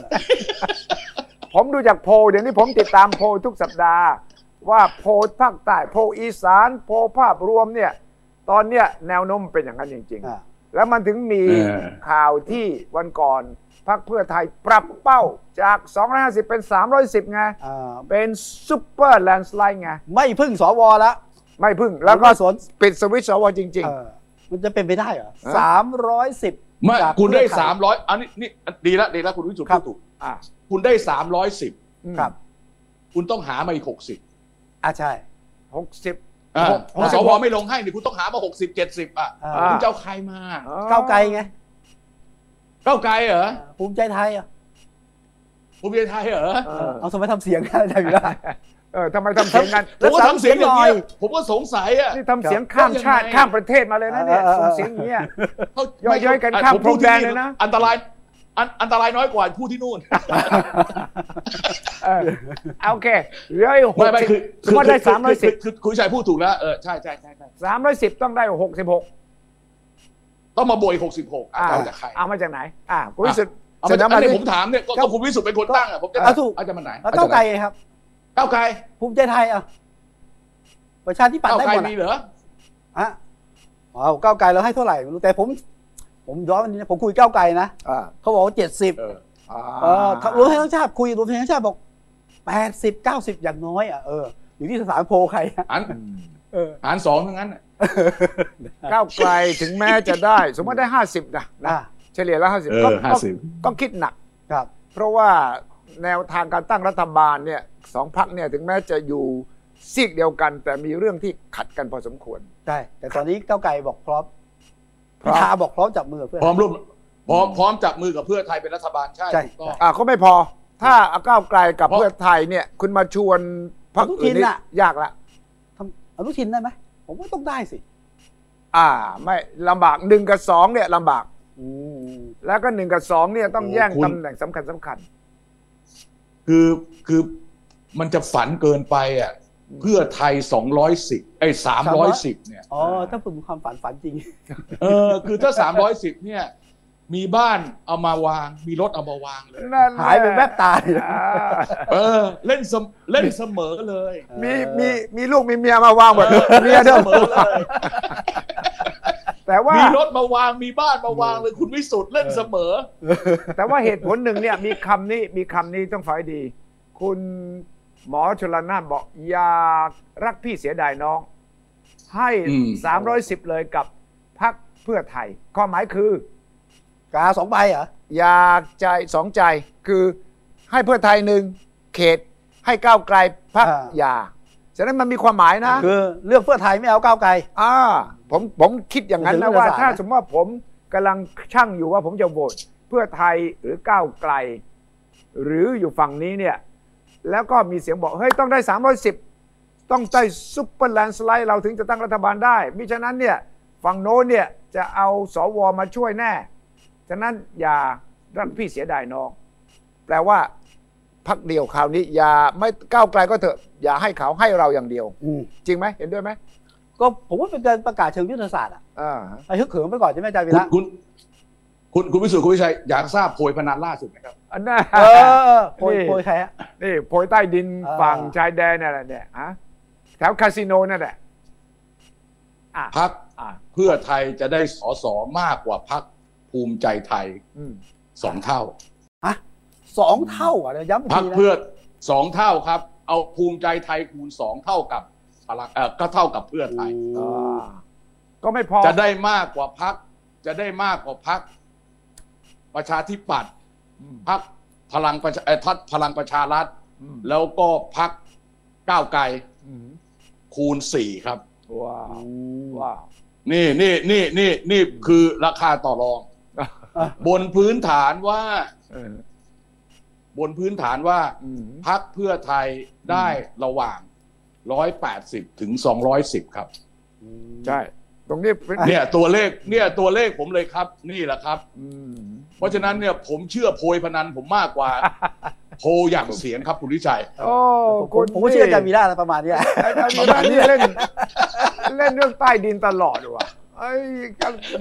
Speaker 3: ผมดูจากโพลเดี๋ยวนี้ผมติดตามโพลทุกสัปดาห์ ว่าโพลภาคใต้โพลอีสานโพลภาพรวมเนี่ย ตอนเนี้ยแนวโน้มเป็นอย่างนั้นจริง
Speaker 2: อ่า
Speaker 3: ๆ แล้วมันถึงมี
Speaker 4: เออ
Speaker 3: ข่าวที่วันก่อนพรรคเพื่อไทยปรับเป้าจาก 250 เป็น 310 ไง
Speaker 2: อ่า
Speaker 3: เป็นซุปเปอร์แลนด์สไลด์ไง
Speaker 2: ไม่พึ่งสวแล้ว
Speaker 3: ไม่พึ่งแล้วก็
Speaker 2: ไม่สน
Speaker 3: ปิดสวิตช์สวจริง
Speaker 2: เออมันจะเป็นไปได้เหรอสามร้อยสิบ
Speaker 4: ไม่คุณได้สามร้อยอันนี้นี่ดีละดีละคุณวิสุทธิ์
Speaker 2: ครั
Speaker 4: พู
Speaker 2: บ
Speaker 4: ดถูก
Speaker 3: ๆ อ่ะ
Speaker 4: คุณได้สามร้อยสิบ
Speaker 2: ครับ
Speaker 4: คุณต้องหามาอีกหกสิบ
Speaker 2: อ่ะใช่
Speaker 3: หกสิบ
Speaker 4: พอสวไม่ลงให้นี่คุณต้องหามาหกสิบเจ็ดสิบอ่ะ
Speaker 2: อ่า
Speaker 3: อ่า
Speaker 4: คุณจะเอาใครมา
Speaker 2: ก้าวไกลไง
Speaker 4: ก้าวไกลเหรอ
Speaker 2: ภูมิใจไทยอ่ะ
Speaker 4: ภูมิใจไทยเหรอ
Speaker 3: เอ
Speaker 2: เออ
Speaker 3: อ
Speaker 2: เอาสมัยทำเสียงกันได้อยู่แล้ว
Speaker 3: เออทำไมทำเสียง กัน
Speaker 4: ผมก็
Speaker 2: แล้ว
Speaker 4: ทำเสียงอย่าง
Speaker 2: สามเสียงหน่
Speaker 4: นี้
Speaker 2: อย
Speaker 4: ยผมก็สงสัยอ่ะ
Speaker 3: นี่ทำเสียงข้ามชาติ
Speaker 4: ยังไง
Speaker 3: ข้ามประเทศมาเลยนะเนี่ย
Speaker 2: เออเออเออ
Speaker 3: ส่งเสียงอย่างเงี้ย
Speaker 4: เขา
Speaker 3: ย่อยๆ
Speaker 4: ไม่
Speaker 3: กันข้าม
Speaker 4: อ่ะผพู
Speaker 3: พรม
Speaker 4: ด
Speaker 3: แดนเลยนะ
Speaker 4: อันตรายอันอันตรายน้อยกว่าผู้ที่นู่น
Speaker 3: เออเอาโอเคเหลืออีกหก
Speaker 4: ไม่ไม่
Speaker 3: สิบ
Speaker 4: คื
Speaker 3: ส
Speaker 4: อ
Speaker 3: มมติได้สามร้อยสิบ
Speaker 4: คือคือคุณชัยพูดถูกแล้วเออใช่ใช่ใช่ใช่
Speaker 3: สามร้อยสิบต้องได้หกสิบหก
Speaker 4: ต้องมาบวกหกสิบหก
Speaker 3: อ่า
Speaker 4: เอาจากใคร
Speaker 3: เอามาจากไหน อ่าคุณวิสุทธิ์
Speaker 4: เอา
Speaker 3: เส
Speaker 4: มานจา
Speaker 3: อ
Speaker 4: กอั
Speaker 3: มาน
Speaker 4: นี้
Speaker 3: ดิ
Speaker 4: ผมถามเนี่ยก็ก็คุณวิสุทธิ์เป็นคนตั้งอ่ะผมจะ
Speaker 2: อ่ะถูก
Speaker 4: เอาจากมันไหน
Speaker 2: แล้วก้าวไกล
Speaker 4: เอจ
Speaker 2: ไงครับ
Speaker 4: หนก้าวไกล
Speaker 2: ภูมิใจไทยอ่ะประชาธิปัตย์
Speaker 4: ก้าว
Speaker 2: ได้
Speaker 4: ไกล
Speaker 2: หมดอะ
Speaker 4: มีเหรอ
Speaker 2: ฮะเอาก้าวไกลเราให้เท่าไหร่ไม่รู้แต่ผม ผมย้อนวันนี้นะผมคุยก้าวไกลนะ
Speaker 3: อ่า
Speaker 2: เขาบอกว่าเจ็ดสิบ
Speaker 4: เออ
Speaker 2: เออถ้ารวมไทยทั้งชาติคุยรวมไทยทั้งชาติบอกแปดสิบเก้าสิบอย่างน้อยอ่ะเอออยู่ที่สถานโพลใครอะ
Speaker 4: หาร
Speaker 2: เออ
Speaker 4: หารสองทั้งนั้นอ่ะ
Speaker 3: ก้าวไกลถึงแม้จะได้ สมมติได้ห้าสิบนะนะ
Speaker 2: อ่ะ
Speaker 3: เฉลี่ยแล้วห้าสิบต้องคิดหนัก
Speaker 2: ครับ
Speaker 3: เพราะว่าแนวทางการตั้งรัฐบาลเนี่ยสองพักเนี่ยถึงแม้จะอยู่ซีกเดียวกัน แต่มีเรื่องที่ขัดกันพอสมควร
Speaker 2: ใช่แต่ตอนนี้ก้าวไกลบอกพร้อม
Speaker 3: พ
Speaker 2: พิ
Speaker 3: ร้อม
Speaker 2: ธาบอกพร้อมจับมือกับเพื่อน
Speaker 4: พร้อมร่วมพร้อมพร้อมจับมือกับเพื่อไทยเป็นรัฐบาลใช่
Speaker 2: ใช่
Speaker 4: ถูกต้อง
Speaker 3: อ่าก็ไม่พอ ถ้าเอาก้าวไกลกับ
Speaker 4: เพราะ
Speaker 3: เพื่อไทยเนี่ย คุณมาชวนพรรคอื่น
Speaker 2: อนุทิน
Speaker 3: นี่
Speaker 2: น่ะ
Speaker 3: ยากละ
Speaker 2: ทำอนุทินได้ไหมผมว่าต้องได้สิ
Speaker 3: อ่า ไม่ลำบากหนึ่งกับสองเนี่ยลำบาก
Speaker 2: อืม
Speaker 3: แล้วก็หนึ่งกับสองเนี่ยต้องแย่ง
Speaker 4: โอ้คุณ
Speaker 3: ตำแหน่งสำคัญสำคัญ
Speaker 4: คือคือมันจะฝันเกินไปอ่ะเพื่อไทยสองร้อยสิบไอ้สามร้อยสิบเนี่ย
Speaker 2: อ๋อถ้าผมความฝันฝันจริง
Speaker 4: เออคือถ้า 310 เนี่ย มีบ้านเอามาวาง มีรถเอามาวางเลย
Speaker 3: นั่นแหละ
Speaker 2: หายไปแวบตาเลยนะ
Speaker 3: อ่า
Speaker 4: เออ เล่นเสมเล่นเสมอเลย
Speaker 3: มีมีมีลูกมีเมียมาวางหมดเมียเด้
Speaker 4: เส
Speaker 3: อ
Speaker 4: มอเลย
Speaker 3: แต่ว่า
Speaker 4: มีรถมาวางมีบ้านมาวางเลยคุณวิสุทธ์เล่นเสมอ
Speaker 3: แต่ว่าเหตุผลหนึ่งเนี่ยมีคำนี้มีคำนี้ต้องฝ่ายดี คุณหมอชลนานบอกอย่ารักพี่เสียดายน้อง ให้
Speaker 4: อืม
Speaker 3: 310 เลยกับพักเพื่อไทยข้อหมายคือก
Speaker 2: าสองใบเหรอ
Speaker 3: อยากใจสองใจคือให้เพื่อไทยหนึ่งเขตให้ก้าวไกลพักอย่าฉะนั้นมันมีความหมายนะ
Speaker 2: คือเลือกเพื่อไทยไม่เอาก้าวไกล
Speaker 3: อ่าผมผมคิดอย่างนั้น
Speaker 2: เดี๋
Speaker 3: นะ
Speaker 2: ยวเรื่อง
Speaker 3: ว่า
Speaker 2: เอกสาร
Speaker 3: ถ้า
Speaker 2: นะ
Speaker 3: สมมติว่าผมกำลังช่างอยู่ว่าผมจะโหวตเพื่อไทยหรือก้าวไกล หรืออยู่ฝั่งนี้เนี่ย แล้วก็มีเสียงบอกเฮ้ยต้องได้ 310 ต้องได้ซุปเปอร์แลนด์สไลด์เราถึงจะตั้งรัฐบาลได้มิฉะนั้นเนี่ยฝั่งโน้นเนี่ยจะเอาสวมาช่วยแน่ ฉะนั้นอย่ารักพี่เสียดายน้อง แปลว่าพักเดียวคราวนี้อย่าไม่ก้าวไกลก็เถอะอย่าให้เขาให้เราอย่างเดียว
Speaker 2: อืม
Speaker 3: จริงไหมเห็นด้วยไหม
Speaker 2: ก็ผมว่าเป็นการประกาศเชิงยุทธศาสตร์อะ
Speaker 3: อ่า
Speaker 2: ไอ้ฮึกเหิมไปก่อนใช่ไหมอาจารย์วี
Speaker 4: คุณ
Speaker 2: ระ
Speaker 4: คุณคุณคุณวิสุทธ์คุณวิชัยอยากทราบโพยพนันล่าสุดไหมครับ
Speaker 3: อันน่ะ
Speaker 2: เออโพย
Speaker 3: นี่
Speaker 2: โพยใครฮะ
Speaker 3: นี่โพยใต้ดิน
Speaker 2: เออ
Speaker 3: ฝั่งชายแดนนั่นแหละเนี่ยฮะแถวคาสิโนนั่นแหละอ่ะ
Speaker 4: พัก
Speaker 3: อ่ะ
Speaker 4: เพื่อไทยจะได้สอสอมากกว่าพักภูมิใจไทย
Speaker 3: อืม
Speaker 4: สองเท่า
Speaker 2: ฮะสองเท่าอ่ะเดี๋ยวย้ำอีก
Speaker 4: พัก
Speaker 2: ทีนะ
Speaker 4: เพื่อสองเท่าครับ เอาภูมิใจไทยคูณสองเท่ากับพลังเออก็เท่ากับเพื่อไทย
Speaker 3: อ่าก็ไม่พอ
Speaker 4: จะได้มากกว่าพัก จะได้มากกว่าพักประชาธิปัตย์พักพลังประชาเอ่อทัดพลังประชารัฐ
Speaker 3: อืม
Speaker 4: แล้วก็พักก้าวไกล
Speaker 3: อืม
Speaker 4: คูณสี่ครับ
Speaker 3: ว้าวว้าว
Speaker 4: นี่นี่นี่นี่นี่คือราคาต่อรอง บนพื้นฐานว่า
Speaker 3: เออบ
Speaker 4: นพื้นฐานว่า
Speaker 3: อืม
Speaker 4: พักเพื่อไทยได้ระหว่าง 180 ถึง 210 ครับ
Speaker 3: ใช่ ตรงนี้เป็น
Speaker 4: เนี่ยตัวเลขเนี่ยตัวเลขผมเลยครับ นี่แหละครับ
Speaker 3: อืม
Speaker 4: เพราะฉะนั้นเนี่ยผมเชื่อโพยพนันผมมากกว่า โพยอย่างเสียงครับคุณวิชัย
Speaker 3: โอ้
Speaker 2: ผมผมผมก็เชื่ออาจารย์วีระนะประมาณเนี้ย
Speaker 3: อาจารย์วีระ นี่เล่น เล่นเรื่องใต้ดินตลอดว่ะไอ้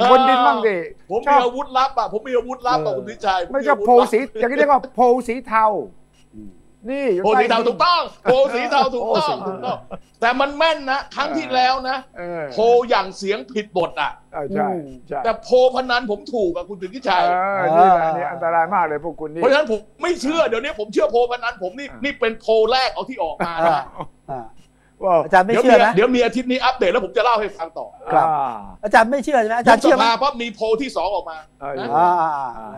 Speaker 3: บนดินบ้างดิ
Speaker 4: ผม
Speaker 3: ช
Speaker 4: มี
Speaker 3: อบ
Speaker 4: อาวุธลับอ่ะผมมีอาวุธลับอ่ะคุณวิชัย
Speaker 3: ไม่ใช่โพลสีอย่างที่เรียกว่าโพลสีเทา นี่อยู่
Speaker 4: โพล
Speaker 3: ใต้
Speaker 4: สีเทาถูกต้องโพลสีเทาถูกต้อง
Speaker 3: โพลสี
Speaker 4: ถูก
Speaker 3: เทา
Speaker 4: ต้อง แต่มันแม่นนะ ครั้งที่แล้วนะ
Speaker 3: เออ
Speaker 4: โพลอย่างเสียงผิดบทอ่ะ
Speaker 3: เออใช่ใช่
Speaker 4: แต่โพลพนันผมถูกอะคุณสุทธิชัย
Speaker 3: เออนี่แหละนี่อันตรายมากเลยพวกคุณนี่
Speaker 4: เพราะฉะนั้นผมไม่เชื่อเดี๋ยวนี้ผมเชื่อโพลพนันผมนี่
Speaker 3: อ่านี่
Speaker 4: นี่เป็นโพลแรกเอาที่ออกมานะ
Speaker 2: อ่า
Speaker 3: ว้าว
Speaker 2: อาจารย์ไม่
Speaker 4: เดี๋ยว
Speaker 2: เชื่อนะ
Speaker 4: เดี๋ยวมีอาทิตย์นี้อัปเดตแล้วผมจะเล่าให้ฟังต่อ
Speaker 2: ครับ อาจารย์ไม่เชื่อใช่ไหมอาจารย์
Speaker 4: ยุบ
Speaker 2: เชื่อไหม
Speaker 4: สภาปั๊บมีโพลที่สองออกมา
Speaker 3: เออ
Speaker 4: นะ
Speaker 2: อ่าอ่า
Speaker 3: อ่า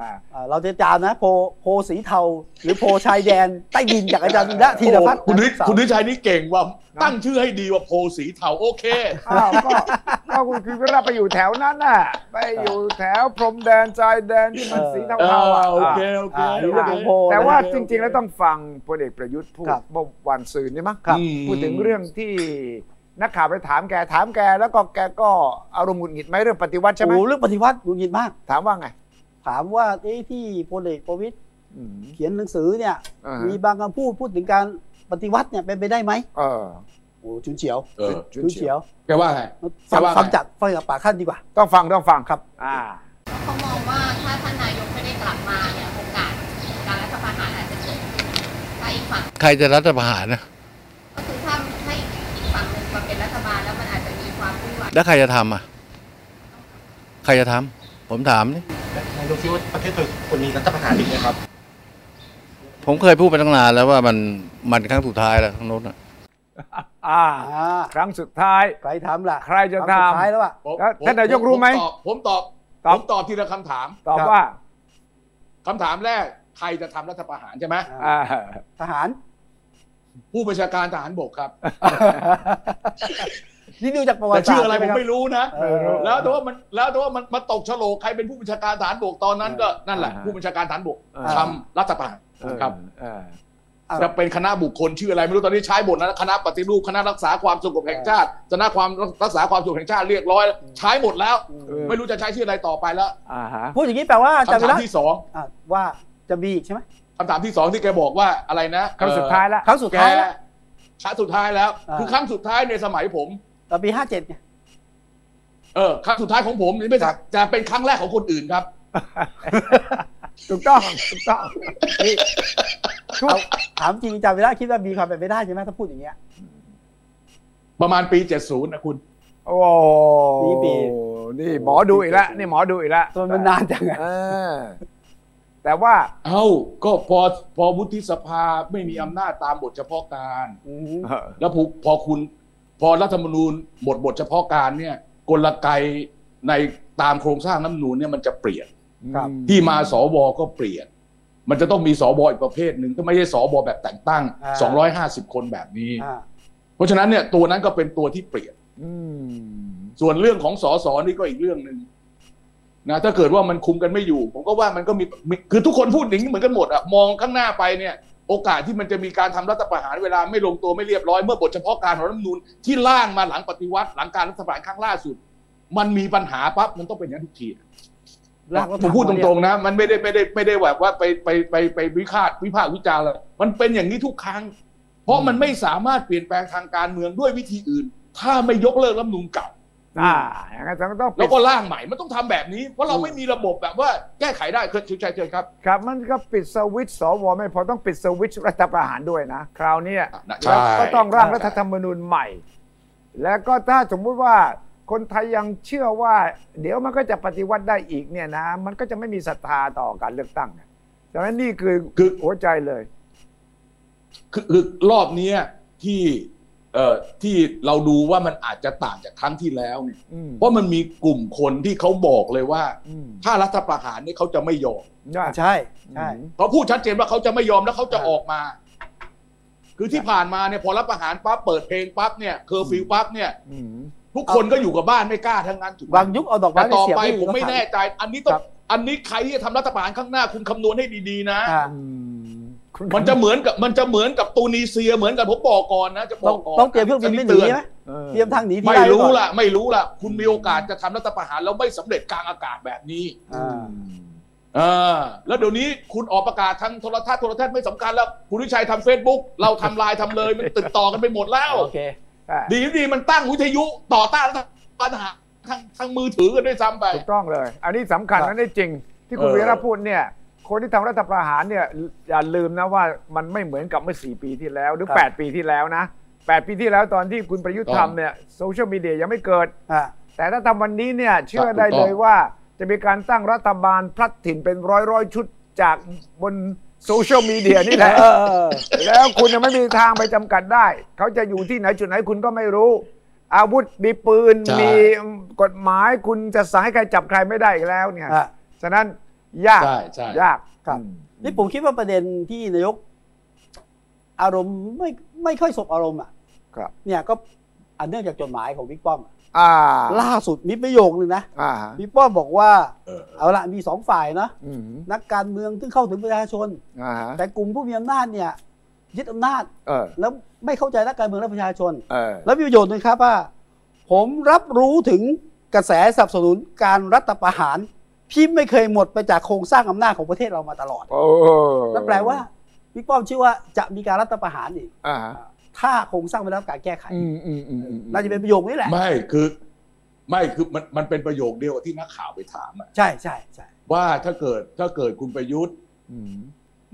Speaker 2: อ่า
Speaker 3: อ่า
Speaker 2: อ่าเราจะจามนะโพโพสีเทา หรือโพชายแดนใต้ดินจากอาจารย์ณธีรพัฒน์
Speaker 4: คุณนิคุณนิชัยนี่เก่งว่ะตั้งชื่อให้ดีว่าโพลสีเทาโอเค
Speaker 3: อ้าวก็ ก็คุณคือก็ไปอยู่แถวนั้นน่ะ ไปอยู่แถวพรมแดนชายแดนที่มันสีเทาๆอ่ะ
Speaker 4: โอเคโอเค
Speaker 2: อ่า
Speaker 4: โอ
Speaker 3: อ่า
Speaker 4: เค
Speaker 3: แต่ว่าจริง ๆ แล้วต้องฟังพลเอกประยุทธ์พูด
Speaker 2: ครับ
Speaker 3: เมื่อวันซืนนี่มั้ง
Speaker 2: ครับ
Speaker 3: พูดถึงเรื่องที่นักข่าวไปถามแกถามแก แล้วก็แกก็อารมณ์หงุดหงิดไหมเรื่องปฏิวัติใช่ไหม
Speaker 2: โอ้โหเรื่องปฏิวัติหงุดหงิดมาก
Speaker 3: ถามว่าไง
Speaker 2: ถามว่าเอ้ที่พลเอกประวิตย
Speaker 3: อืม
Speaker 2: เขียนหนังสือเนี่ย
Speaker 3: อ่า
Speaker 2: มีบางคำพูดพูดถึงการปฏิวัติเนี่ยเป็นไปได้ไหม
Speaker 3: เออ
Speaker 2: โอ้จุนเฉียว
Speaker 4: เออ
Speaker 2: จุนเฉียว
Speaker 4: แกว่าไง
Speaker 2: ฟัง
Speaker 4: แต่ว่า
Speaker 2: ฟังจากฟังจากปากขั้นดีกว่า
Speaker 3: ต้องฟังต้องฟัง
Speaker 2: ครับ
Speaker 3: อ่า
Speaker 6: เขามองว่าถ้าท่านนายกไม่ได้กลับมาเนี่ยโอกาสการรัฐประหารอาจจะเกิดขึ้นถ้าอีกฝั่ง
Speaker 7: ใครจะรัฐประหารนะ
Speaker 6: ก็คือถ้าให้อีกฝั่งหนึ่งมาเป็นรัฐบาลแล้วมันอาจจะมีความวุ่นวาย
Speaker 7: แล้วใครจะทำอ่ะ ใครจะทำ ผมถามนี่
Speaker 8: นายกคิดว่าประเทศไทยควรมีรัฐประหารอีกไหมครับ
Speaker 7: ผมเคยพูดไปตั้งนานแล้วว่ามันมันครั้งสุดท้ายแล้วทั้งโน้นอ่ะ
Speaker 3: อ่า
Speaker 2: อ่า
Speaker 3: ครั้งสุดท้าย
Speaker 2: ใครทำล่ะ
Speaker 3: ใครจะ
Speaker 2: งสุด
Speaker 3: ทำ
Speaker 2: ท้ายแล้วอ่ะ
Speaker 4: ผม
Speaker 3: แล้ว
Speaker 4: ผม
Speaker 3: ท่านนายกรู้ไหม
Speaker 4: ผตอบผมตอบ
Speaker 3: ตอบ
Speaker 4: ผมตอบทีละคำถาม
Speaker 3: ตอบ
Speaker 2: ครับ
Speaker 3: ว่า
Speaker 4: คำถามแรกใครจะทำรัฐประหารใช่ไหม
Speaker 3: อ่า
Speaker 2: ทหาร
Speaker 4: ผู้บัญชาการทหารบกครับ
Speaker 2: นี่ดูจากประวั
Speaker 4: แต่
Speaker 2: ติศาสตร์
Speaker 4: ชื่ออะไรผม
Speaker 2: ใหคบ
Speaker 4: ไม่รู้นะ
Speaker 2: เออ
Speaker 4: แล้วแต่ว่ามันแล้วแต่ว่ามันมาตกโฉลกใครเป็นผู้บัญชาการทหารบกตอนนั้นก็นั่นแหละ ผู้บัญชาการทหารบกทำรัฐประหารครับ
Speaker 3: เออ
Speaker 2: อ่า
Speaker 4: จะเป็นคณะบุคคลชื่ออะไรไม่รู้ตอนนี้ใช้บทนะคณะปฏิรูปคณะรักษาความสงบแห่งชาติคณะความรักษาความสงบแห่งชาติเรียกร้อย ใช้หมดแล้ว
Speaker 3: เออ
Speaker 4: ไม่รู้จะใช้ชื่ออะไรต่อไปแล้ว
Speaker 3: อ่าฮะ
Speaker 2: พูดอย่างนี้แปลว่าอาจารย์
Speaker 4: คำ
Speaker 2: วิ
Speaker 4: ถา
Speaker 2: รั
Speaker 4: ม
Speaker 2: ต
Speaker 4: ที่สอง
Speaker 2: อ่ะว่าจะมีอีกใช่ไหม
Speaker 4: คำถามที่สองที่แกบอกว่าอะไรนะ
Speaker 3: ครั้งสุดท้ายละ
Speaker 2: ครั้งสุด
Speaker 4: แก
Speaker 2: ท้ายแล้ว
Speaker 4: ครั้งสุดท้ายแล้ว
Speaker 2: อ่า
Speaker 4: คือครั้งสุดท้ายในสมัยผม
Speaker 2: ตอนปีห้าเจ็ดเนี่ย
Speaker 4: เออครั้งสุดท้ายของผมนี่ไม่ใช่จะเป็นครั้งแรกของคนอื่นครับ
Speaker 3: ถูกต้องถูกต้องนี่ทุก
Speaker 2: เอาถามจริงอาจารย์วิรัตคิดว่ามีความเป็นไปได้ใช่ไหมถ้าพูดอย่างเงี้ย
Speaker 4: ประมาณปี 70นะคุณ
Speaker 3: โอ้
Speaker 2: นี่ปี
Speaker 3: นี่หมอดูอีกแล้วนี่หมอดูอีกแล้ว
Speaker 2: ส่วนมันนานจังอะ
Speaker 3: เออแต่ว่า
Speaker 4: เอ้าก็พอพอวุฒิสภาไม่มีอำนาจตามบทเฉพาะการ
Speaker 2: อืม
Speaker 3: เออ
Speaker 4: แล้วพอพอคุณพอรัฐธรรมนูญหมดบทเฉพาะการเนี่ยกลไกในตามโครงสร้างรัฐธรรมนูญเนี่ยมันจะเปลี่ยน
Speaker 2: ครับ
Speaker 4: ที่มาสวก็เปลี่ยน มันจะต้องมีสวอีกประเภทหนึ่งก็ไม่ใช่สวแบบแต่งตั้ง 250 คนแบบนี้
Speaker 2: อ่า
Speaker 4: เพราะฉะนั้นเนี่ยตัวนั้นก็เป็นตัวที่เปลี่ยน
Speaker 3: อืม
Speaker 4: ส่วนเรื่องของสสนี่ก็อีกเรื่องหนึ่งนะถ้าเกิดว่ามันคุมกันไม่อยู่ ผมก็ว่ามันก็มีมีคือทุกคนพูดอย่างนี้เหมือนกันหมดอะมองข้างหน้าไปเนี่ย โอกาสที่มันจะมีการทำรัฐประหารเวลาไม่ลงตัวไม่เรียบร้อยเมื่อบทเฉพาะการของรัฐธรรมนูญที่ร่างมาหลังปฏิวัติ หลังการรัฐประหารครั้งล่าสุด มันมีปัญหาปั๊บมันต้องเป็นอย่างนั้นทุกที
Speaker 2: แล้วก็
Speaker 4: ผมพูดตรงๆนะ มันไม่ได้ไม่ได้ไม่ได้แบบว่าไปไปไปไปวิพากษ์วิพากษ์วิจารณ์เลยมันเป็นอย่างนี้ทุกครั้ง เพราะมันไม่สามารถเปลี่ยนแปลงทางการเมืองด้วยวิธีอื่น ถ้าไม่ยกเลิกรัฐธรรมนูญเก่า
Speaker 3: อ่าอย่างนั้นต้องปิ
Speaker 4: แล้
Speaker 3: ด
Speaker 4: วก็ร่างใหม่ มันต้องทำแบบนี้ เพราะเราไม่มีระบบแบบว่าแก้ไขได้เชิญชูชัยเชิญครับ
Speaker 3: ครับ มันก็ปิดสวิตช์สวไม่พอต้องปิดสวิตช์รัฐประหารด้วยนะ คราวเนี้ย
Speaker 4: อ่ะนะ
Speaker 3: แล้ว
Speaker 4: ใช่
Speaker 3: ก็ต้องร่างรัฐธรรมนูญใหม่ แล้วก็ถ้าสมมุติว่าคนไทยยังเชื่อว่า เดี๋ยวมันก็จะปฏิวัติได้อีกเนี่ยนะ มันก็จะไม่มีศรัทธาต่อการเลือกตั้งเนี่ยดังนั้นนี่คือ
Speaker 4: คือ
Speaker 3: หัวใจเลย
Speaker 4: คือคือรอบเนี้ยที่เอ่อที่เราดูว่ามันอาจจะต่างจากครั้งที่แล้วเนี่ย
Speaker 3: อืม
Speaker 4: เพราะมันมีกลุ่มคนที่เขาบอกเลยว่า
Speaker 3: อืม
Speaker 4: ถ้ารัฐประหารเนี่ยเขาจะไม่ยอม
Speaker 3: นะ
Speaker 2: ใช่ใช่
Speaker 4: เขาพูดชัดเจนว่าเขาจะไม่ยอมแล้วเขาจะออกมา คือที่ผ่านมาเนี่ยพอรัฐประหารปั๊บเปิดเพลงปั๊บเนี่ยเคอร์ฟิวปั๊บเนี่ย
Speaker 3: อืม
Speaker 4: ทุกคนก็อยู่กับบ้านไม่กล้าทั้งนั้นถูกไหม
Speaker 2: บางยุคเอาดอกไม้ไป
Speaker 4: แต่ต่อ
Speaker 2: เสียบ
Speaker 4: ไป
Speaker 2: ว้
Speaker 4: ผมไม่แน่ใจ อันนี้ต้
Speaker 2: ค
Speaker 4: อง
Speaker 2: รับ
Speaker 4: อันนี้ใครที่จะทำรัฐประหารข้างหน้าคุณคำนวณให้ดีๆนะ
Speaker 2: อ่า
Speaker 3: อืมคุณ
Speaker 4: มันจะเหมือนกับมันจะเหมือนกับตูนีเซียเหมือนกับผมบอกก่อนนะจะบ
Speaker 2: ต้อ
Speaker 4: อง กก่อน
Speaker 2: ต้องเตรียมเครื่องบินไม่หนีไหม
Speaker 3: ออ
Speaker 2: เตรียมทางหนีที่
Speaker 4: ไม่
Speaker 2: ด้ว้
Speaker 4: รู้
Speaker 2: ก่อน
Speaker 4: ล่ะไม่รู้ล่ะ คุณมีโอกาสจะทำรัฐประหารแล้วไม่สำเร็จกลางอากาศแบบนี้
Speaker 3: อื
Speaker 2: อ่าม
Speaker 4: เออแล้วเดี๋ยวนี้คุณออกประกาศทางโทรทัศน์โทรทัศน์ไม่สำคัญแล้ว คุณวิชัยทำเฟซบุ๊กเราทำไลน์ทำเลยมันติดต่อกันไปหมดแล้ว
Speaker 2: โอเค
Speaker 3: ใช่
Speaker 4: ดีดีมันตั้งวิทยุต่อต้านรัฐประหารทางทางมือถือกันด้วยซ้ำไป
Speaker 3: ถูกต้องเลย อันนี้สำคัญ
Speaker 2: ครับ
Speaker 3: อันนี้จริง ที่คุณ
Speaker 4: เออ
Speaker 3: วีระพูดเนี่ย คนที่ทำรัฐประหารเนี่ยอย่าลืมนะว่ามันไม่เหมือนกับเมื่อ 4 ปีที่แล้ว หรือ
Speaker 2: ครับ
Speaker 3: 8 ปีที่แล้วนะ 8 ปีที่แล้วตอนที่คุณประยุทธ์ทำเนี่ยโซเชียลมีเดียยังไม่เกิด
Speaker 2: อ่ะ
Speaker 3: แต่ถ้าทำวันนี้เนี่ยเชื่อได้
Speaker 4: ถูก
Speaker 3: เล
Speaker 4: ต้อง
Speaker 3: ยว่าจะมีการตั้งรัฐบาลพลัดถิ่นเป็นร้อยร้อยๆชุดจากบนโซเชียลมีเดียนี่แหละ
Speaker 2: เออเออเออ
Speaker 3: แล้วคุณยังไม่มีทางไปจำกัดได้ เขาจะอยู่ที่ไหนจุดไหนคุณก็ไม่รู้ อาวุธมีปืน
Speaker 4: ใช่
Speaker 3: มีกฎหมายคุณจะสั่งให้ใครจับใครไม่ได้อีกแล้วเนี่ย
Speaker 2: อ่ะ
Speaker 3: ฉะนั้นยาก
Speaker 4: ใช่ใช่
Speaker 3: ยาก
Speaker 2: ครับ
Speaker 3: อืม
Speaker 2: นี่ผมคิดว่าประเด็นที่นายก อารมณ์ไม่ไม่ค่อยสบอารมณ์อ่ะ
Speaker 3: ครับ
Speaker 2: เนี่ยก็อันเนื่องจากจดหมายของบิ๊กป้อมอะ
Speaker 3: อ่า
Speaker 2: ล่าสุดมีประโยคนึงนะ
Speaker 3: อ่า
Speaker 2: บิ๊กป้อมบอกว่า
Speaker 4: เออ
Speaker 2: เอาละมีสองฝ่ายนะ
Speaker 3: อืม
Speaker 2: นักการเมืองที่เข้าถึงประชาชน
Speaker 3: อ่าฮะ
Speaker 2: แต่กลุ่มผู้มีอำนาจเนี่ยยึดอำนาจ
Speaker 3: เออ
Speaker 2: แล้วไม่เข้าใจนักการเมืองและประชาชน
Speaker 3: เออ
Speaker 2: แล้วมีประโยชน์ด้วยครับว่า ผมรับรู้ถึงกระแสสนับสนุนการรัฐประหารที่ไม่เคยหมดไปจากโครงสร้างอำนาจของประเทศเรามาตลอด
Speaker 3: โอ้
Speaker 2: นั่นแปลว่าบิ๊กป้อมเชื่อว่าจะมีการรัฐประหารอีก
Speaker 3: อ่าฮะ
Speaker 2: ถ้าโครงสร้างไม่ได้รับการแก้ไข
Speaker 3: อืมอืมอืมอืม
Speaker 2: น่าจะเป็นประโยคนี้แหละ
Speaker 4: ไม่คือไม่คือมันมันเป็นประโยคเดียวกับที่นักข่าวไปถามอะ
Speaker 2: ใช่ใช่ใช่
Speaker 4: ว่าถ้าเกิดถ้าเกิดคุณประยุทธ์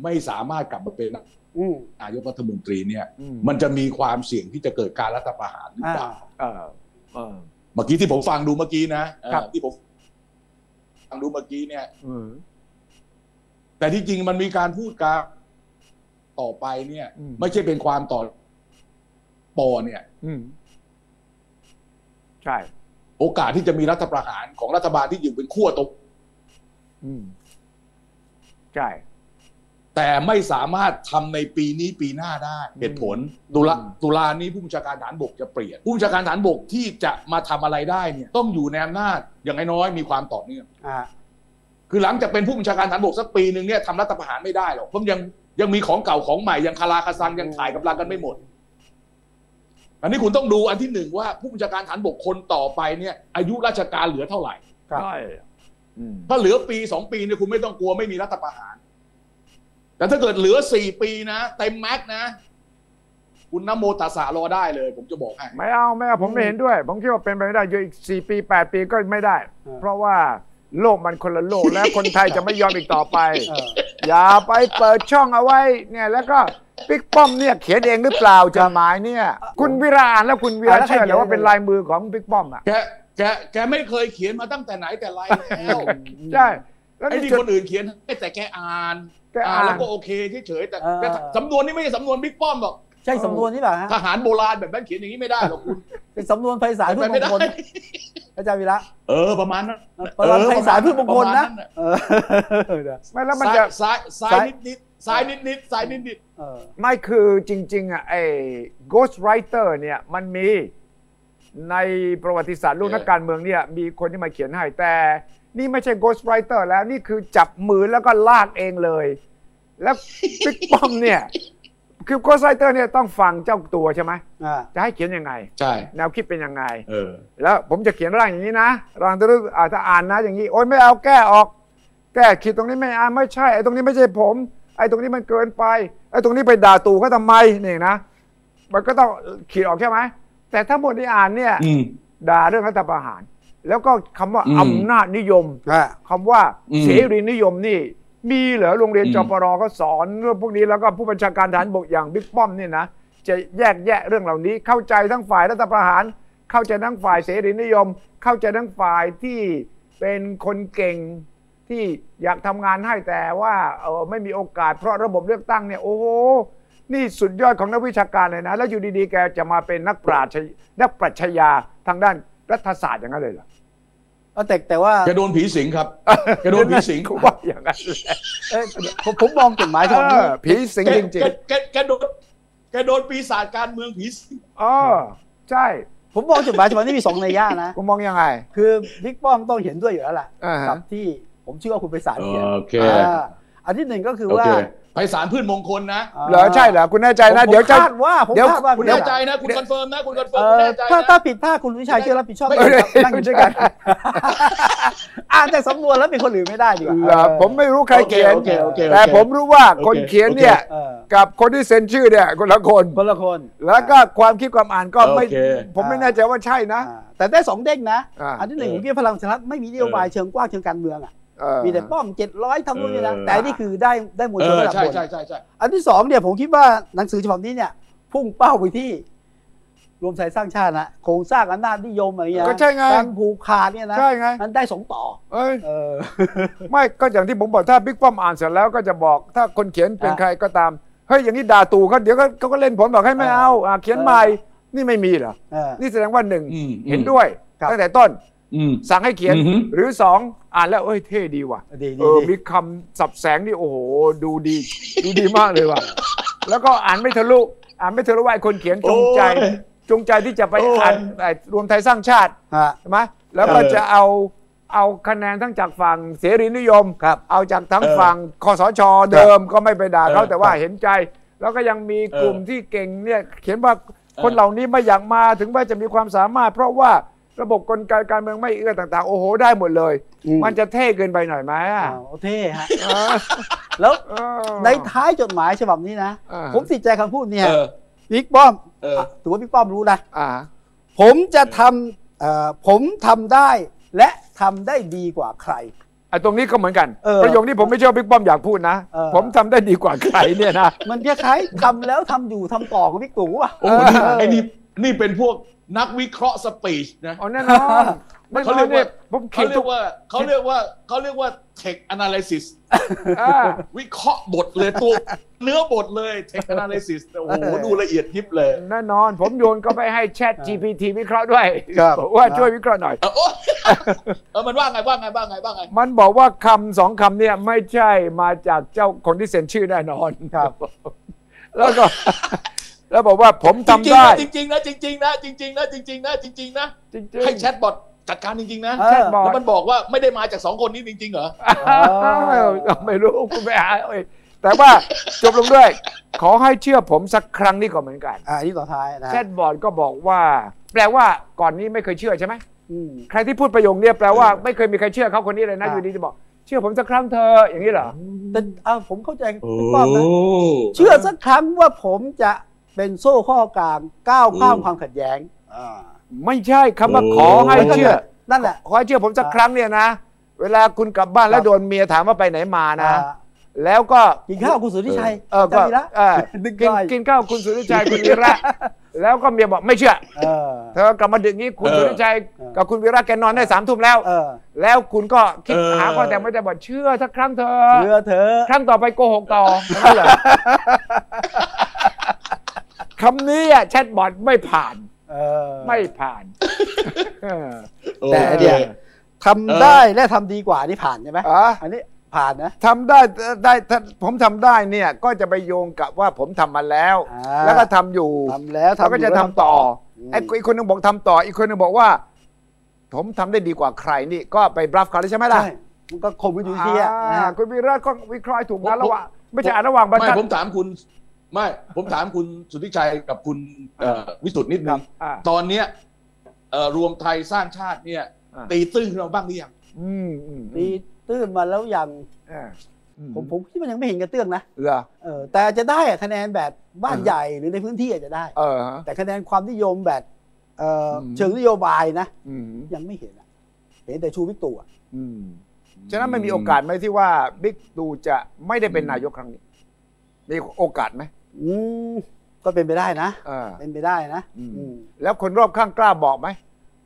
Speaker 4: ไม่สามารถกลับมาเป็น
Speaker 2: อืม
Speaker 4: นายกรัฐมนตรีเนี่ย
Speaker 3: อืม
Speaker 4: มันจะมีความเสี่ยงที่จะเกิดการรัฐประหารหรือ
Speaker 2: อ่า
Speaker 4: เปล่า
Speaker 3: เออเออ
Speaker 4: เมื่อกี้ที่ผมฟังดูเมื่อกี้นะครับ เอ่อที่ผมฟังดูเมื่อกี้เนี่ย
Speaker 3: อืม
Speaker 4: แต่ที่จริงมันมีการพูดการต่อไปเนี่ย ไม่ใช่เป็นความต่อปอเนี่ย
Speaker 3: อืมใช่
Speaker 4: โอกาสที่จะมีรัฐประหารของรัฐบาลที่อยู่เป็นขั้วตรง
Speaker 3: อืมใช่
Speaker 4: แต่ไม่สามารถทำในปีนี้ปีหน้าได้ เหตุผลตุลาตุลานี้ผู้บัญชาการฐานบกจะเปลี่ยนผู้บัญชาการฐานบกที่จะมาทำอะไรได้เนี่ยต้องอยู่ในอำนาจอย่างน้อยๆมีความต่อเนื่อง
Speaker 2: อ่า
Speaker 4: คือหลังจากเป็นผู้บัญชาการฐานบกสักปีหนึ่งเนี่ยทำรัฐประหารไม่ได้หรอกเพราะยังยังมีของเก่าของใหม่ยังคาราคาซังยังถ่ายกับลากันไม่หมด อันนี้คุณต้องดูอันที่หนึ่งว่าผู้บัญชาการฐานบกคนต่อไปเนี่ย อายุราชการเหลือเท่าไหร่
Speaker 2: ครับ
Speaker 3: ใช่อืม
Speaker 4: ถ้าเหลือปีสองปีเนี่ยคุณไม่ต้องกลัวไม่มีรัฐประหาร แต่ถ้าเกิดเหลือสี่ปีนะเต็มแม็กซ์นะ คุณนโมตัสสารอได้เลย ผมจะบอกให้
Speaker 3: ไม่เอาไม่เอาผมไม่เห็นด้วย ผมคิดว่าเป็นไปไม่ได้อยู่อีกสี่ปีแปดปีก็ไม่ได้
Speaker 2: อ่า
Speaker 3: เพราะว่าโลกมันคนละ โลกแล้วคนไทยจะไม่ยอมอีกต่อไป
Speaker 2: เออ
Speaker 3: อย่าไปเปิดช่องเอาไว้ เนี่ยแล้วก็ปิ๊กป้อมเนี่ยเขียนเองหรือเปล่าจดหมายเนี่ย คุณวิราอ่านแล้วคุณวิรา
Speaker 2: อ่านแล้วใคร
Speaker 3: เชื่อเหรือว่า
Speaker 2: เขียน
Speaker 3: เป็นลายมือของปิ๊กป้อมอ่ะ
Speaker 4: แกแกแกไม่เคยเขียนมาตั้งแต่ไหนแต่ไรแล้ว
Speaker 3: ใช่แล้ว
Speaker 4: ไอ้
Speaker 3: นี่
Speaker 4: ที่
Speaker 3: จด
Speaker 4: คนอื่นเขียนให้แต่แกอ่าน
Speaker 3: แก
Speaker 4: อ่า
Speaker 3: อ่าน
Speaker 4: แล้วก็โอเคเฉยๆแต่
Speaker 2: เออ
Speaker 4: แต่สำนวนนี่ไม่ใช่สำนวนบิ๊กป้อมหรอก
Speaker 2: ใช่สำนวนนี่เปล่าฮะ
Speaker 4: ทหารโบราณแบบนั้นเขียนอย่างนี้ไม่ได้หรอกคุณ
Speaker 2: เป็นสำนวนไพศาลพืช
Speaker 4: เป็
Speaker 2: มง
Speaker 4: นไม่ได้
Speaker 2: คลอาจารย์วีระ
Speaker 4: เออประมาณนั้น
Speaker 2: ประวัติไพศาลพืชมงคลนะเออ
Speaker 3: ไม่แล้วมัน
Speaker 4: ซ้าย
Speaker 3: จะ
Speaker 4: ซ้ายซ้ายนิดๆซ้ายนิดๆซ้ายนิด
Speaker 2: เออ
Speaker 3: ไม่คือจริง ๆอ่ะไอ้ ghost writer เนี่ยมันมีในประวัติศาสตร์ลูกนักการเมืองเนี่ยมีคนที่มาเขียนให้แต่ นี่ไม่ใช่ ghost writer แล้วนี่คือจับมือแล้วก็ลากเองเลย แล้วปิ๊กป้อมเนี่ย คือ ghost writer เนี่ยต้องฟังเจ้าตัวใช่ไหม
Speaker 2: อ่า
Speaker 3: จะให้เขียนยังไง
Speaker 4: ๆใช่
Speaker 3: แนวคิดเป็นยังไง
Speaker 4: เออ
Speaker 3: แล้วผมจะเขียนร่างอย่างนี้นะร่างตัวรู้อาจจะอ่านนะอย่างนี้ โอ๊ยไม่เอาแก้ออก แก้ขีดตรงนี้ไม่อ่านไม่ใช่ ไอ้ตรงนี้ไม่ใช่ผม ไอ้ตรงนี้มันเกินไป ไอ้ตรงนี้ไปด่าตู่เขาทำไมนี่นะ มันก็ต้องขีดออกใช่ไหม แต่ถ้าหมดที่อ่านเนี่ย
Speaker 4: อืม
Speaker 3: ด่าเรื่องรัฐประหาร แล้วก็คำว่า
Speaker 4: อืม
Speaker 3: อำนาจนิยม
Speaker 2: อ่า
Speaker 3: คำว่า
Speaker 4: อืม
Speaker 3: เสรีนิยมนี่ มีเหรอโรงเรียน
Speaker 4: อืม
Speaker 3: จปรก็สอนเรื่องพวกนี้แล้วก็ผู้บัญชาการทหารบกอย่างบิ๊กป้อมนี่นะจะแยกแยะเรื่องเหล่านี้ เข้าใจทั้งฝ่ายรัฐประหาร เข้าใจทั้งฝ่ายเสรีนิยม เข้าใจทั้งฝ่ายที่เป็นคนเก่งที่อยากทำงานให้แต่ว่าเออไม่มีโอกาสเพราะระบบเลือกตั้งเนี่ยโอ้โหนี่สุดยอดของนักวิชาการเลยนะ แล้วอยู่ดีๆแกจะมาเป็นนักปราชญ์นักปรัชญาทางด้านรัฐศาสตร์อย่างนั้นเลยเหรอ
Speaker 2: เอาแต่แต่ว่า
Speaker 4: แกโดนผีสิงครับแกโดนผีสิง
Speaker 3: เขาว่าอย่างนั้นแหละ
Speaker 2: เอ้ยผมผมมองจดหมายฉบับ
Speaker 3: เอ
Speaker 2: นี้
Speaker 3: อผีสิง
Speaker 4: แก
Speaker 3: จริง
Speaker 4: แกแกแกโดนแกโดนปีศาจการเมืองผีสิง
Speaker 3: ๆอ๋อใช่
Speaker 2: ผมมองจดหมายฉบับนี้มีสองนัยยะนะ
Speaker 3: กูมองยังไง
Speaker 2: คือบิ๊กป้อมต้องเห็นด้วยอยู่แล้วล่ะ
Speaker 3: อ่าฮะ
Speaker 2: กัที่ผมเชื่อว่าคุณไพศาลเขียน
Speaker 4: โอเค
Speaker 2: อ่าอันที่หนึ่งก็คือ
Speaker 4: โอ
Speaker 2: ว่า
Speaker 4: เคไพศาลพืชมงคลนะ
Speaker 2: า
Speaker 3: เหรอใช่เหรอคุณแน่ใจนะ
Speaker 2: ผม
Speaker 3: เดี๋ยวจะ
Speaker 2: คาดว่าผม
Speaker 3: เดี๋ยว
Speaker 2: คาดว่า
Speaker 4: คุณ
Speaker 2: มี
Speaker 4: แน่
Speaker 2: หลัก
Speaker 4: ใจนะ คุณคอนเฟิร์มนะคุณคอนเฟิ
Speaker 2: เอ
Speaker 4: ร์มคุณ
Speaker 2: อ
Speaker 4: แน่ใจ
Speaker 2: ถ้า
Speaker 4: นะ
Speaker 2: ถ้าผิดพลาดคุณวิชัยช่วยรับผิดชอบ
Speaker 4: ไม่
Speaker 2: ด้วยครับนั่งอยู่ด้วยกัน อ่านแต่สำนวนแล้วเป็นคนอื่นไม่ได้ดีกว่า
Speaker 3: เหรอ
Speaker 2: เออ
Speaker 3: ผมไม่รู้ใครเขียน
Speaker 4: โอเคโอเคโอเค
Speaker 3: แต่ผมรู้ว่าคน
Speaker 4: โอเค
Speaker 3: เขียนเนี่ย
Speaker 2: เออ
Speaker 3: กับคนที่เซ็นชื่อเนี่ยคนละคน
Speaker 2: คนละคน
Speaker 3: แล้วก็ความคิดความอ่านก็ไม่
Speaker 4: โอเค
Speaker 3: ผมไม่แน่ใจว่าใช่นะ
Speaker 2: อ่าแต่ได้สองเด้งนะ
Speaker 3: อ่า
Speaker 2: อันที่หนึ่งผมคิดว่าพลังประชารัฐไม่มีนโยบายเชิงกว้างเชิงการเมืองอ่ะ
Speaker 3: เออ
Speaker 2: มีแต่ป้อมเจ็ดร้อยทำนู่นนี่นะ
Speaker 4: เออ
Speaker 2: แต่อันนี่คือได้ได้มวล
Speaker 4: เอ
Speaker 2: ชน
Speaker 4: อ
Speaker 2: ระดับ
Speaker 4: ใช่
Speaker 2: บน
Speaker 4: ใช่ใช่ใช่
Speaker 2: อันที่สองเนี่ยผมคิดว่าหนังสือฉบับนี้เนี่ย พุ่งเป้าไปที่ รวมไทยสร้างชาตินะโครงสร้างอำนาจนิยมอะไรเงี้ย
Speaker 3: ก็ใช่ไง
Speaker 2: การผูกขาดเนี่ยนะ
Speaker 3: ใช่ไง
Speaker 2: มันได้สองต่อ
Speaker 3: เอ้ย
Speaker 2: เออ
Speaker 3: ไม่ก็อย่างที่ผมบอกถ้าบิ๊กป้อมอ่านเสร็จแล้วก็จะบอกถ้าคนเขียนเป็น
Speaker 2: อ่ะ
Speaker 3: ใครก็ตามเฮ้ยอย่างนี้ด่าตู่เขาเดี๋ยวก็เขาก็เล่นผลบอกให้ไม่
Speaker 2: เออ
Speaker 3: เอาอ่ะเขียน
Speaker 2: เออ
Speaker 3: ใหม่นี่ไม่มีเหรอ
Speaker 2: เออ
Speaker 3: นี่แสดงว่าหนึ่ง
Speaker 4: อืม
Speaker 3: เห็นด้วย
Speaker 2: ครับ
Speaker 3: ตั้งแต่ต้น
Speaker 4: อืม
Speaker 3: สั่งให้เขียน
Speaker 4: อือหือ
Speaker 3: หรือสองอ่านแล้วเอ้ยเท่ดีว่ะ
Speaker 2: ดีดี
Speaker 3: เออ
Speaker 2: ดี
Speaker 3: มีคำสับแสงนี่โอ้โหดูดี ดูดีมากเลยว่ะแล้วก็อ่านไม่ทะลุอ่านไม่ทะลุว่าไอ้คนเขียนจงใจ
Speaker 4: โอ้ย
Speaker 3: จงใจที่จะไป
Speaker 4: โอ้ย
Speaker 3: อ่านไอ้รวมไทยสร้างชาติ
Speaker 2: ฮะ
Speaker 3: ใช่ไหมแล้วก็
Speaker 4: เออ
Speaker 3: จะเอาเอาคะแนนทั้งจากฝั่งเสรีนิยม
Speaker 2: ครับ
Speaker 3: เอาจากทั้ง
Speaker 4: เออ
Speaker 3: ฝั่งคอสชเดิมก็ไม่ไปด่าเขา
Speaker 4: เออ
Speaker 3: แต่ว่า
Speaker 4: ครับ
Speaker 3: เห็นใจ แล้วก็ยังมีกลุ่ม
Speaker 4: เออ
Speaker 3: ที่เก่งเนี่ยเขียนว่าคน
Speaker 4: เออ
Speaker 3: เหล่านี้ไม่อยากมาถึงแม้จะมีความสามารถ เพราะว่าระบบกลไกการเมืองไม่เอื้อต่าง ๆ โอ้โหได้หมดเลย
Speaker 2: อืม
Speaker 3: มันจะเท่เกินไปหน่อยไหมอ่ะ
Speaker 2: อ้าวโอเท่ฮะ
Speaker 3: เออ
Speaker 2: แล้ว
Speaker 3: เออ
Speaker 2: ในท้ายจดหมายฉบับนี้นะ
Speaker 3: อ่า
Speaker 2: ผมติดใจคำพูดเนี่ย
Speaker 4: เออ
Speaker 2: บิ๊กป้อม
Speaker 4: เออ
Speaker 2: ะถือว่าบิ๊กป้อมรู้นะ
Speaker 3: อ่า
Speaker 2: ผมจะทำเอ่อผมทำได้และทำได้ดีกว่าใคร
Speaker 3: ไอ้ตรงนี้ก็เหมือนกัน
Speaker 2: เออ
Speaker 3: ประโยคนี้ผมไม่เชื่อบิ๊กป้อมอยากพูดนะ
Speaker 2: เออ
Speaker 3: ผมทำได้ดีกว่าใครเนี่ยนะ
Speaker 2: มันคล้ายๆทำแล้วทำอยู่ทำต่อของบิ๊กตู่อ่ะ
Speaker 4: โอ้นี่ไอ้นี่นี่เป็นพวกนักวิเคราะห์สปีชนะ
Speaker 3: อ๋อแน่นอนไม่
Speaker 4: เขา
Speaker 3: เขา
Speaker 4: เรี
Speaker 3: เรี
Speaker 4: ย
Speaker 3: ย
Speaker 4: ก
Speaker 3: ก
Speaker 4: ว่า
Speaker 3: ว่าผม
Speaker 4: เขา
Speaker 3: เขียน
Speaker 4: เรี
Speaker 3: ทุ
Speaker 4: ย
Speaker 3: ก
Speaker 4: กว่าเขาเรียกว่าเขาเรียกว่า tech analysis
Speaker 3: อ่า
Speaker 4: วิเคราะห์บทเลยตัว เนื้อบทเลย tech analysis โอ้โห ดูละเอียดยิบเลย
Speaker 3: แน่นอน ผมโยนก็ไปให้ Chat GPT วิเคราะห์ด้วย
Speaker 2: ครับ
Speaker 3: บอกว่าช่วยวิเคราะห์หน่อย
Speaker 4: เออโอ๊ยเออมันว่าไงว่าไงว่าไงว่าไง
Speaker 3: มันบอกว่าคำสองคำเนี่ยไม่ใช่มาจากเจ้าคนที่เซ็นชื่อแน่นอน
Speaker 2: ครับ
Speaker 3: แล้วก็ แล้วบอกว่าผม
Speaker 4: จริง
Speaker 3: ทำ
Speaker 4: ๆ
Speaker 3: ได้
Speaker 4: นะจริงๆนะจริงๆนะจริงๆนะจริงๆนะจริงๆนะ
Speaker 3: จริงๆ
Speaker 4: ให้แชทบอทจัดการจริงๆนะ
Speaker 2: เอ
Speaker 3: แช
Speaker 2: อ
Speaker 3: ทบอ
Speaker 4: แล้ว
Speaker 3: ท
Speaker 4: มันบอกว่าไม่ได้มาจากสองคนนี้จริงๆเหรอ
Speaker 2: อ
Speaker 3: ไม่รู้คุณไปหาเอาเองแต่ว่าจบลงด้วย ขอให้เชื่อผมสักครั้งนี่ก็เหมือนกัน
Speaker 2: อ่าอันนี่ต่อท้ายนะ
Speaker 3: แชทบอทก็บอกว่า แปลว่าก่อนนี้ไม่เคยเชื่อใช่ไหม
Speaker 2: อืม
Speaker 3: ใครที่พูดประโยคเนี้ยแปลว่าไม่เคยมีใครเชื่อเขาคนนี้เลยนะ
Speaker 2: อ่ะ
Speaker 3: อยู่ดีจะบอก เชื่อผมสักครั้งเธออย่างนี้เหรอ
Speaker 2: แต่อ่าผมเข้าใจบิ๊กป้อมนะเชื่อสักครั้งว่าผมจะเป็นโซ่ข้อกลางก้าวข้าม
Speaker 4: อืม
Speaker 2: ความขัดแย้งอ่า
Speaker 3: ไม่ใช่คำว่าข
Speaker 4: โอ้
Speaker 3: อให้เชื่อ
Speaker 2: นั่นแหละ
Speaker 3: ขอให้เชื่อผมสักครั้งเนี่ยนะ เวลาคุณกลับบ้านแล้
Speaker 2: ครั
Speaker 3: ว
Speaker 2: บ
Speaker 3: โดนเมียถามว่าไปไหนมานะ
Speaker 2: อ่า
Speaker 3: แล้วก็
Speaker 2: กินข้าวคุณสุทธิชัย
Speaker 3: เออก็
Speaker 2: จำดีละ
Speaker 3: เออ
Speaker 2: นึก
Speaker 3: กิน
Speaker 2: ได้
Speaker 3: กินข้าวคุณสุริชัยคุณวีระ แล้วก็เมียบอกไม่เชื่อ
Speaker 2: เออ
Speaker 3: เธอกลับมาดึกนี้คุณ
Speaker 4: เออ
Speaker 3: สุริชัย
Speaker 2: เออ
Speaker 3: กับคุณวีระแกนอนได้สามทุ่มแล้ว
Speaker 2: เออ
Speaker 3: แล้วคุณก็คิด
Speaker 4: เออ
Speaker 3: หาข้อแต่ไม่ได้บอกเชื่อสักครั้งเธอ
Speaker 2: เชื่อเถอะ
Speaker 3: ครั้งต่อไปโกหกต่อนั่นเหรอ คำนี้อะแชทบอทไม่ผ่าน
Speaker 2: เออ
Speaker 3: ไม่ผ่านเออ
Speaker 2: แต่เนี่ย ท
Speaker 4: เออ
Speaker 2: ำได้และทำดีกว่านี่ผ่านใช่ไหม
Speaker 3: อ่ะ
Speaker 2: อันนี้ผ่านนะ
Speaker 3: ทำได้ได้ถ้าผมทำได้เนี่ย ก็จะไปโยงกับว่าผมทำมาแล้ว
Speaker 2: อ่า
Speaker 3: แล้วก็ทำอยู่
Speaker 2: ทำแล้ว
Speaker 3: แล้ว
Speaker 2: ทำ
Speaker 3: ก็
Speaker 2: ยู่
Speaker 3: จะ
Speaker 2: แล้ว
Speaker 3: ทำต่อ
Speaker 2: ม
Speaker 3: ไอ้อีกคนหนึงบอกทำต่อ อีกคนหนึงบอกว่า ผมทำได้ดีกว่าใครนี่ ก็ไปบลัฟเขาเลยใช่ไหมล่ะ
Speaker 2: ใช่มันก็คมกันอยู่ที่อะนะ
Speaker 3: อ่า
Speaker 2: ฮะ
Speaker 3: คุณวีระก็วิเคราะห์ให้ถูก
Speaker 4: ผม
Speaker 3: นะ
Speaker 4: ผม
Speaker 3: ระหว่างไม่ใช่อ่านระหว่างบรร
Speaker 4: ไม่
Speaker 3: ทัด
Speaker 4: ผมถามคุณไม่ผมถามคุณสุทธิชัยกับคุณเอ่อวิสุทธ์นิดนึง
Speaker 3: อ่า
Speaker 4: ตอนเนี้ยเอ่อรวมไทยสร้างชาติเนี่ย
Speaker 3: อ่า
Speaker 4: ตีตื้นเราบ้างหรือยัง
Speaker 3: อืมอืมอื
Speaker 2: ตี
Speaker 3: ม
Speaker 2: ตื้นมาแล้วยัง
Speaker 3: อ่าอื
Speaker 2: ผมผมคิดว่ายังไม่เห็นกระเตื้องนะ
Speaker 3: เหรอ
Speaker 2: เออแต่อาจจะได้อะคะแนนแบบบ้าน
Speaker 3: อ่า
Speaker 2: ใหญ่หรือในพื้นที่อาจจะได้
Speaker 3: เออฮะ
Speaker 2: แต่คะแนนความนิยมแบบเอ่ออ
Speaker 3: ม
Speaker 2: เชิงนโยบายนะ
Speaker 3: อืม
Speaker 2: ยังไม่เห็นอะเห็นแต่ชูวิกตัว
Speaker 3: อืมฉะนั้นมันมีโอกาสไหมที่ว่าบิ๊กตูจะไม่ได้เป็นนายกครั้งนี้ มีโอกาสไหม
Speaker 2: อืมก็เป็นไปได้นะ
Speaker 3: เออ
Speaker 2: เป็นไปได้นะ
Speaker 3: อืม
Speaker 2: อืม
Speaker 3: แล้วคนรอบข้างกล้าบอกไหม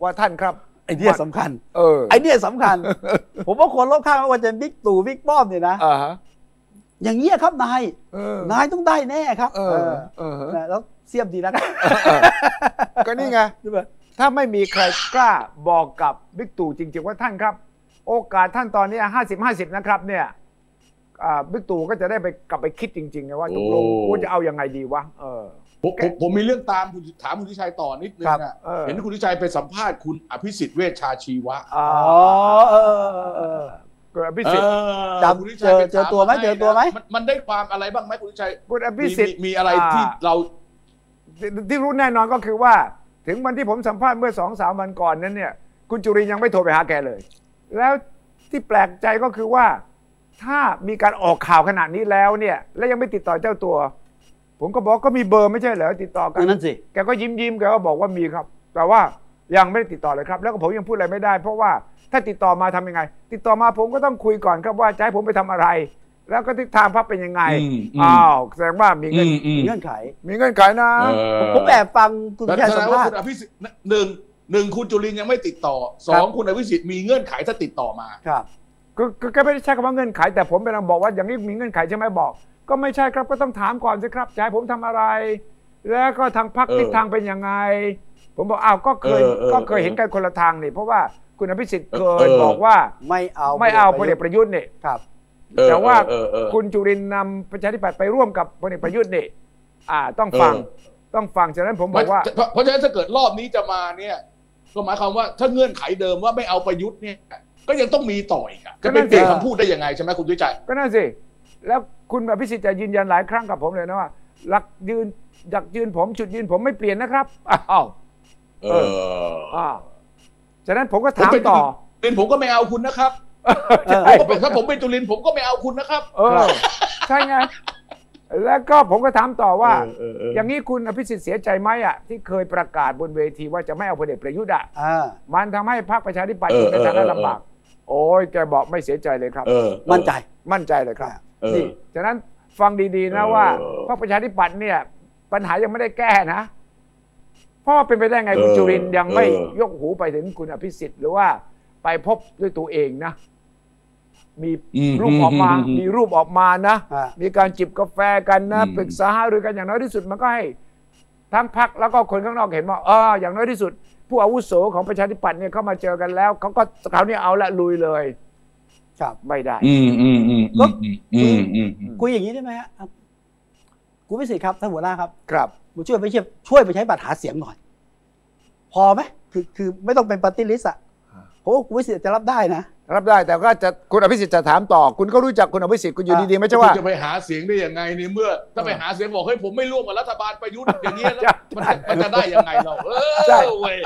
Speaker 3: ว่าท่านครับ
Speaker 2: ไอเดียสำคัญ
Speaker 3: เออ
Speaker 2: ไอเดียสำคัญ ผมว่าคนรอบข้างไม่ว่าจะบิ๊กตู่บิ๊กป้อมเนี่ยนะ
Speaker 3: อ่าฮะ
Speaker 2: อย่างเงี้ยครับนาย
Speaker 3: เออน
Speaker 2: ายต้องได้แน่ครับ
Speaker 3: เอ
Speaker 2: เอ
Speaker 3: อ
Speaker 2: อ
Speaker 3: เออฮะ
Speaker 2: นะแล้วเสียมดีนะ
Speaker 3: ก็นี่ไง
Speaker 2: ใช่ไหม
Speaker 3: ถ้าไม่มีใครกล้าบอกกับบิ๊กตู่จริง ๆ ว่าท่านครับ โอกาสท่านตอนนี้ห้าสิบห้าสิบนะครับ เนี่ยอ่าบิ๊กตู่ก็จะได้ไปกลับไปคิดจริงๆไงว่าตกลง
Speaker 4: โอ้
Speaker 3: กูจะเอายังไงดีวะเออ
Speaker 4: ผมผมผมมีเรื่องตามคุณถามคุณทิชัยต่อนิดนึง
Speaker 2: ครั
Speaker 4: อ่ะ
Speaker 2: บ
Speaker 3: เออ
Speaker 4: เห็นคุณทิชัยไปสัมภาษณ์คุณอภิสิทธิ์เวชชาชีวะ
Speaker 3: อ๋อ
Speaker 2: อ๋อเออเออเออ
Speaker 3: เกิดพิสิทธิ์
Speaker 4: เออ
Speaker 2: จำ
Speaker 4: คุณทิชัยไป
Speaker 2: เจอเจ
Speaker 4: ถา
Speaker 2: อตัวไหม
Speaker 4: าให้
Speaker 2: เจอตัวไหม
Speaker 4: นมันได้ความอะไรบ้างไหมคุณทิชัย
Speaker 3: คุณอภิ
Speaker 4: มี
Speaker 3: สิทธิ์
Speaker 4: มีมีอะไรที่เรา
Speaker 3: ที่ที่รู้แน่นอนก็คือว่า ถึงวันที่ผมสัมภาษณ์เมื่อสองสามวันก่อนนั้นเนี่ย คุณจุรินทร์ยังไม่โทรไปหาแกเลย แล้วที่แปลกใจก็คือว่า ถ้ามีการออกข่าวขนาดนี้แล้วเนี่ย และยังไม่ติดต่อเจ้าตัว ผมก็บอกก็มีเบอร์ไม่ใช่เหรอติดต่อกั
Speaker 2: เออนั่นสิ
Speaker 3: แกก็ยิ้มยิ้มๆแกก็บอกว่ามีครับ แต่ว่า ยังไม่ได้ติดต่อเลยครับ แล้วก็ผมยังพูดอะไรไม่ได้ เพราะว่าถ้าติดต่อมาทำยังไง ติดต่อมาผมก็ต้องคุยก่อนครับว่าจะให้ผมไปทำอะไร แล้วก็ทิศทางพรรคเป็นยังไง
Speaker 4: อืมอืม
Speaker 3: อ้าวแสดงว่ามีเงื่
Speaker 4: อื
Speaker 3: อน
Speaker 4: มอืม
Speaker 2: เงื่อนไข
Speaker 3: มีเงื่อนไขนะ
Speaker 4: เออ
Speaker 2: ผมแอบฟังคุณ
Speaker 4: แล้ว
Speaker 2: ชัย
Speaker 4: แส
Speaker 2: สั
Speaker 4: ด
Speaker 2: ม
Speaker 4: งว่า
Speaker 2: ภาษ
Speaker 4: คุณ
Speaker 2: ณ์
Speaker 4: อภิสิทธิ์หนึ่งหนึ่งคุณจุลินยังไม่ติดต่อสอ
Speaker 2: ครั
Speaker 4: ง
Speaker 2: บ
Speaker 4: คุณอภิสิทธิ์มีเงื่อนไขถ้าติดต่อมา
Speaker 2: ครับ
Speaker 3: ก็ก็ก็ไม่ได้ใช้คำว่าเงื่อนไข แต่ผมกำลังบอกว่าอย่างนี้มีเงื่อนไขใช่ไหมบอก ก็ไม่ใช่ครับก็ต้องถามก่อนสิครับจะให้ผมทำอะไร แล้วก็ทางพัก
Speaker 4: เออ
Speaker 3: ทิศทางเป็นยังไง ผมบอกอ้าวก็เคย
Speaker 4: เออเออ
Speaker 3: ก็เคยเห็น
Speaker 4: เออ
Speaker 3: กันคนละทางนี่เพราะว่าคุณอภิสิทธิ์เคย
Speaker 4: เออ
Speaker 3: บอกว่า
Speaker 2: ไม่เอา
Speaker 3: ไม่เอาพลเอกประยุทธ์นี่
Speaker 2: ครับ
Speaker 4: เออ
Speaker 3: แต่ว่า
Speaker 4: เออเออเออ
Speaker 3: คุณจุรินทร์นำประชาธิปัตย์ไปร่วมกับพลเอกประยุทธ์นี่อ่าต้องฟัง
Speaker 4: เออ
Speaker 3: ต้องฟังฉะนั้นผมบอกว่า
Speaker 4: เพระเพราะฉะนั้นถ้าเกิดรอบนี้จะมาเนี่ยก็หมายความว่าถ้าเงื่อนไขเดิมว่าไม่เอาประยุทธ์เนี่ย ก็ยังต้องมีต่ออีกอะจะเป็นเปลี่ยนคำพูดได้ยังไงใช่ไหมคุณตุ้ยใจ
Speaker 3: ก็นั่นสิ แล้วคุณอภิสิทธิ์จะยืนยันหลายครั้งกับผมเลยนะว่า หลักยืนหลักยืนผมจุดยืนผมไม่เปลี่ยนนะครับ อ้าว
Speaker 4: เออ
Speaker 3: อ้าวฉะนั้นผมก็
Speaker 4: ผม
Speaker 3: ถาม
Speaker 4: เป็น
Speaker 3: ต่อ
Speaker 4: จุลินผมก็ไม่เอาคุณนะครับ
Speaker 2: เออ
Speaker 4: ผมก็เป็นถ้าผมเป็นจุลินผมก็ไม่เอาคุณนะครับ
Speaker 3: เออ ใช่ไง แล้วก็ผมก็ถามต่อว่า
Speaker 4: เออเออ
Speaker 3: อย่างนี้คุณอภิสิทธิ์เสียใจไหมอ่ะที่เคยประกาศบนเวทีว่าจะไม่เอาพลเอกประยุทธ์อ่ะ
Speaker 2: อ่า
Speaker 3: มันทำให้พรรคประชาธิปัตย์อยู่ในฐานะลำบาก โอ้ยแกบอกไม่เสียใจเลยครับ
Speaker 4: เออ
Speaker 2: มั่นใจ
Speaker 3: มั่นใจเลยครับ
Speaker 4: เออ
Speaker 2: นี่
Speaker 3: ฉะนั้นฟังดีๆนะ
Speaker 4: เออ
Speaker 3: ว่าพรรคประชาธิปัตย์เนี่ย ปัญหายังไม่ได้แก้นะ เพราะว่าเป็นไปได้ไงคุณจุรินทร์ยังไม่ยกหูไปถึงคุณอภิสิทธิ์หรือว่าไปพบด้วยตัวเองนะ มีรูปออกมา มีรูปออกมานะ
Speaker 2: อ่า
Speaker 3: มีการจิบกาแฟกันนะ
Speaker 4: อืม
Speaker 3: ปรึกษาหารือกันอย่างน้อยที่สุดมันก็ให้ทั้งพักแล้วก็คนข้างนอกเห็นว่าเอออย่างน้อยที่สุด ผู้อาวุโสของประชาธิปัตย์เนี่ยเข้ามาเจอกันแล้วเขาก็คราวนี้เอาละลุยเลย
Speaker 2: ครับ
Speaker 3: ไม่ได้
Speaker 4: อืมอืมอืมอืมอืมอืมอืม
Speaker 2: คุยอย่างนี้ได้ไหมฮะอ่ะคุณพิสิทธิ์ครับท่านหัวหน้าครับ
Speaker 3: ครับ
Speaker 2: มาช่วยไปเชียบช่วยไปใช้บัตรหาเสียงหน่อย พอไหมคือคือไม่ต้องเป็นปฏิริษอะเพราะว่าคุณพิสิทธิ์จะรับได้นะ
Speaker 3: รับได้แต่ก็จะคุณอภิสิทธิ์จะถามต่อ คุณก็รู้จักคุณอภิสิทธิ์คุณอยู่ดีๆไม่ใช่ว่า
Speaker 4: คุณจะไปหาเสียงได้ยังไงในเมื่อ ถ้าไปหาเสียงบอกเฮ้ยผมไม่ร่วมกับรัฐบาลประยุทธ์อย่างเงี้ยแล้วมันจะมันจะได้ยังไงเราเอ
Speaker 3: ใช่
Speaker 4: อเว้ย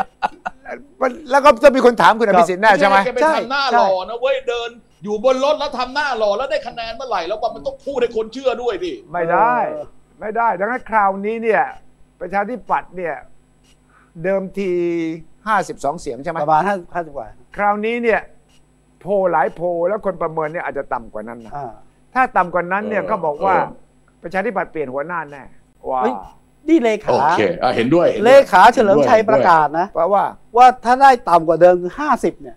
Speaker 3: มันแล้วก็จะมีคนถามคุณอภิสิทธิ์แน่ใช่ไหม
Speaker 4: แกไปทำหน้าหล่อนะเว้ยเดิน อยู่บนรถแล้วทำหน้าหล่อแล้วได้คะแนนเมื่อไหร่แล้วมันต้องพูดให้คนเชื่อด้วยดิ
Speaker 3: ไม่ได้ ไม่ได้ ดังนั้นคราวนี้เนี่ย ประชาธิปัตย์เนี่ย เดิมที 52 เสียงใช่ไหม
Speaker 2: ประมาณห้าห้าสิบกว่า
Speaker 3: คราวนี้เนี่ย โพลหลายโพลแล้วคนประเมินเนี่ยอาจจะต่ำกว่านั้นนะ
Speaker 2: อ่า
Speaker 3: ถ้าต่ำกว่านั้นเนี่ยก็บอกว่าประชาธิปัตย์เปลี่ยนหัวหน้าแน่ว่า
Speaker 2: เฮ้ย นี่เลขา
Speaker 4: โอเคอ่ะเห็นด้วยห็น
Speaker 2: เล
Speaker 4: ด้วย
Speaker 2: ขาเฉลิมชัยประกาศนะ
Speaker 3: เพราะว่า
Speaker 2: ว่าถ้าได้ต่ำกว่าเดิมคือห้าสิบเนี่ย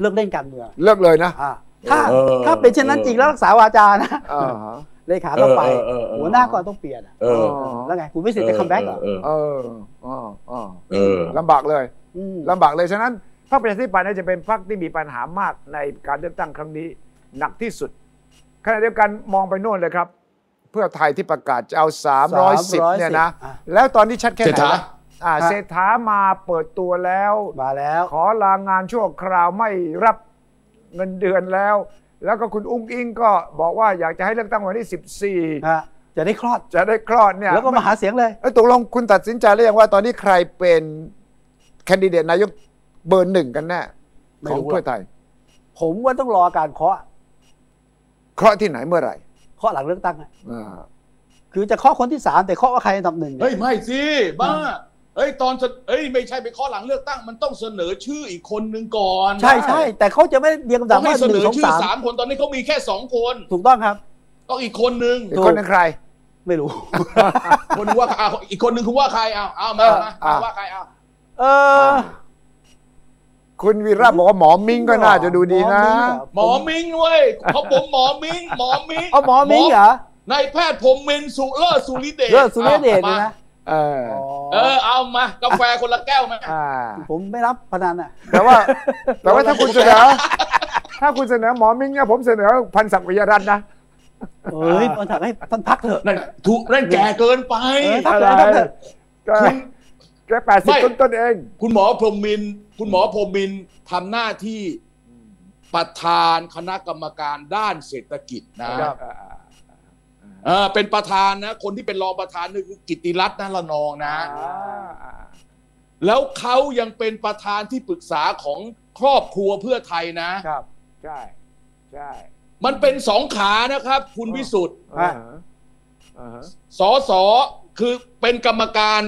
Speaker 2: เลิกเล่นการเมือง
Speaker 3: เลิกเลยนะ
Speaker 2: อ่าถ้า
Speaker 4: ออ
Speaker 2: ถ้าเป็นเช่นนั้นจริงแล้วรักษาวาจานะ
Speaker 3: อ่าฮะ
Speaker 2: เลขาต้องไป
Speaker 4: เออเออเออ
Speaker 2: หัวหน้าก็ต้องเปลี่ยนอะ
Speaker 4: เออ
Speaker 2: แล้วไงคุณพิสิทธิ์จะคัมแบ็กเหรอ
Speaker 4: เออ
Speaker 3: เอออ๋ออ๋อ
Speaker 4: เออ
Speaker 3: ลำบากเลย
Speaker 2: ม
Speaker 3: ลำบากเลยฉะนั้นพรรคประชาธิปัตย์น่าจะเป็นพรรคที่มีปัญหามากในการเลือกตั้งครั้งนี้หนักที่สุดขณะเดียวกันมองไปโน่นเลยครับ เพื่อไทยที่ประกาศจะเอา 310
Speaker 2: 310
Speaker 3: เนี่ยนะ
Speaker 2: อ่ะ
Speaker 3: แล้วตอนนี้ชัดแค่
Speaker 4: เศร
Speaker 3: ไหน
Speaker 4: ษฐา
Speaker 3: ละอ่าเศรษฐามาเปิดตัวแล้ว
Speaker 2: มาแล้ว
Speaker 3: ขอลางานชั่วคราวไม่รับเงินเดือนแล้ว แล้วก็คุณอุ้งอิงก็บอกว่าอยากจะให้เลือกตั้งวันที่
Speaker 2: ฮะ จะได้คลอด
Speaker 3: 14 จะได้คลอดเนี่ย
Speaker 2: แล้วก็มาหาเสียงเลย
Speaker 3: เอ้ยตกลงคุณตัดสินใจหรือยังว่าตอนนี้ใครเป็นแคนดิเดตนายกเบอร์หนึ่งกันแน่
Speaker 2: ไม่
Speaker 3: ของ
Speaker 2: รู้อะ
Speaker 3: เพื่อไทย
Speaker 2: ผมว่าต้องรอการเคาะ
Speaker 3: เคราะห์ที่ไหนเมื่อไหร่
Speaker 2: เคาะหลังเลือกตั้งอะ
Speaker 3: อ่า
Speaker 2: คือจะเคาะคนที่สามแต่เคาะว่าใครอันดับหนึ่งเนี่ย
Speaker 4: เฮ้ยไม่สิบ้าเฮ้ยตอนจะเฮ้ยไม่ใช่ไปข้อหลังเลือกตั้งมันต้องเสนอชื่ออีกคนนึงก่อน
Speaker 2: ใช่ใช่แต่เขาจะไม่เรียงลำดับ
Speaker 4: เขาให้
Speaker 2: ว่า
Speaker 4: เส
Speaker 2: ห
Speaker 4: น
Speaker 2: นึ่ง
Speaker 4: อ
Speaker 2: สอง
Speaker 4: ชื่อ
Speaker 2: สาม
Speaker 4: สามคนตอนนี้เขามีแค่สองคน
Speaker 2: ถูกต้องครับ
Speaker 4: ต้องอีกคนนึง
Speaker 3: อีกคนหนึงใคร
Speaker 2: ไม่รู้
Speaker 4: คนนึงว่าเอาอีกคนนึงคุณว่าใครเอาเอามา
Speaker 3: เออ
Speaker 4: มา
Speaker 3: อ่ะ
Speaker 4: ว่าใครเอา
Speaker 2: เออ
Speaker 3: คุณวีระบอกว่าหมอมิงก็น่าจะดูดีนะ
Speaker 4: หมอมิงเว้ยเขาผมหมอมิงหมอมิง
Speaker 2: เอาหมอมิ้งเหรอน
Speaker 4: ายแพทย์ผมเมนสุเลอร์สุริเดช
Speaker 2: เลิกสุริเดช
Speaker 4: อา
Speaker 2: เนี่ย
Speaker 4: มา
Speaker 2: นะ
Speaker 3: เออ
Speaker 4: เออเอามากาแฟคนละแก้วมา
Speaker 3: อ่า
Speaker 2: ผมไม่รับพนันอ่ะ
Speaker 3: แต่ว่าแต่ว่าถ้าคุณเสนอ ถ้าคุณเสนอหมอมิงเนี่ยผมเสนอพันศักดิ์วิยรัตน์นะ
Speaker 2: เอ้ยมันถักให้ท่านพักเถอะ
Speaker 4: นั่นถูกนั่นแก่เกินไป
Speaker 2: เออพักเถอะพักเถอะ
Speaker 3: แกแกแปดสิบ
Speaker 4: ไม่
Speaker 3: ต้นๆเอง
Speaker 4: คุณหมอพรหมมินทร์คุณหมอพรหมมินทร์ทำหน้าที่ประธานคณะกรรมการด้านเศรษฐกิจนะ เออเป็นประธานนะ คนที่เป็นรองประธานนี่คือกิตติรัตน์นะละนองนะ แล้วเขายังเป็นประธานที่ปรึกษาของครอบครัวเพื่อไทยนะ
Speaker 2: ครับ
Speaker 3: ใช่ใช่
Speaker 4: มันเป็นสองขานะครับ คุณวิสุทธ์
Speaker 3: อ่าฮะอ่าฮะ
Speaker 4: สอสอคือเป็นกรรมการ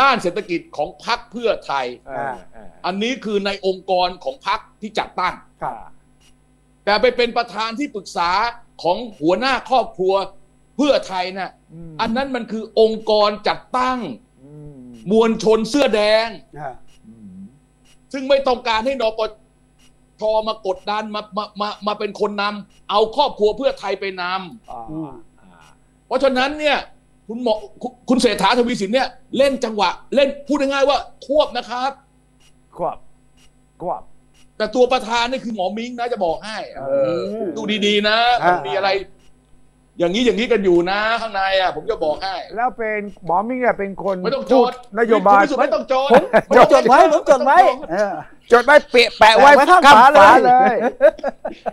Speaker 4: ด้านเศรษฐกิจของพักเพื่อไทย
Speaker 3: เออเออ
Speaker 4: อันนี้คือในองค์กรของพักที่จัดตั้ง
Speaker 2: ครับ
Speaker 4: แต่ไปเป็นประธานที่ปรึกษาของหัวหน้าครอบครัวเพื่อไทยนะ่ะ
Speaker 3: ม
Speaker 4: อันนั้นมันคือองค์กรจัดตั้ง
Speaker 3: อืม
Speaker 4: มวลชนเสื้อแดง
Speaker 2: อ่า
Speaker 3: อืม
Speaker 4: ซึ่งไม่ต้องการให้นปชมากดดันมามามามาเป็นคนนำเอาครอบครัวเพื่อไทยไปนำ
Speaker 3: อ่า
Speaker 2: อืม
Speaker 3: อ่า
Speaker 4: เพราะฉะนั้นเนี่ยคุณหมอคุณคุณเศรษฐาทวีสินเนี่ยเล่นจังหวะ เล่นพูดง่ายๆว่าควบนะครับ
Speaker 3: ควบควบ
Speaker 4: แต่ตัวประธานนี่คือหมอมิงนะจะบอกให้เออดูดีๆนะมันมีอะไร อย่างนี้อย่างนี้กันอยู่นะ ข้างในอ่ะ ผมจะบอกให้
Speaker 3: แล้วเป็นหมอมิ่งเนี่ยเป็นคน
Speaker 4: ไม่ต้องโจ
Speaker 3: พูด
Speaker 4: ทย์
Speaker 3: นโยบาย
Speaker 4: คุณวิสุทธิ์ไม่ต้องโจทย์
Speaker 2: ผมจดไว้ผมจดไว้เออ
Speaker 3: จดไว้เปะแปะไว้
Speaker 2: แปะไว้ข้าง
Speaker 3: ข้าง
Speaker 2: ฝา
Speaker 3: ฝา
Speaker 2: เลย
Speaker 3: เลย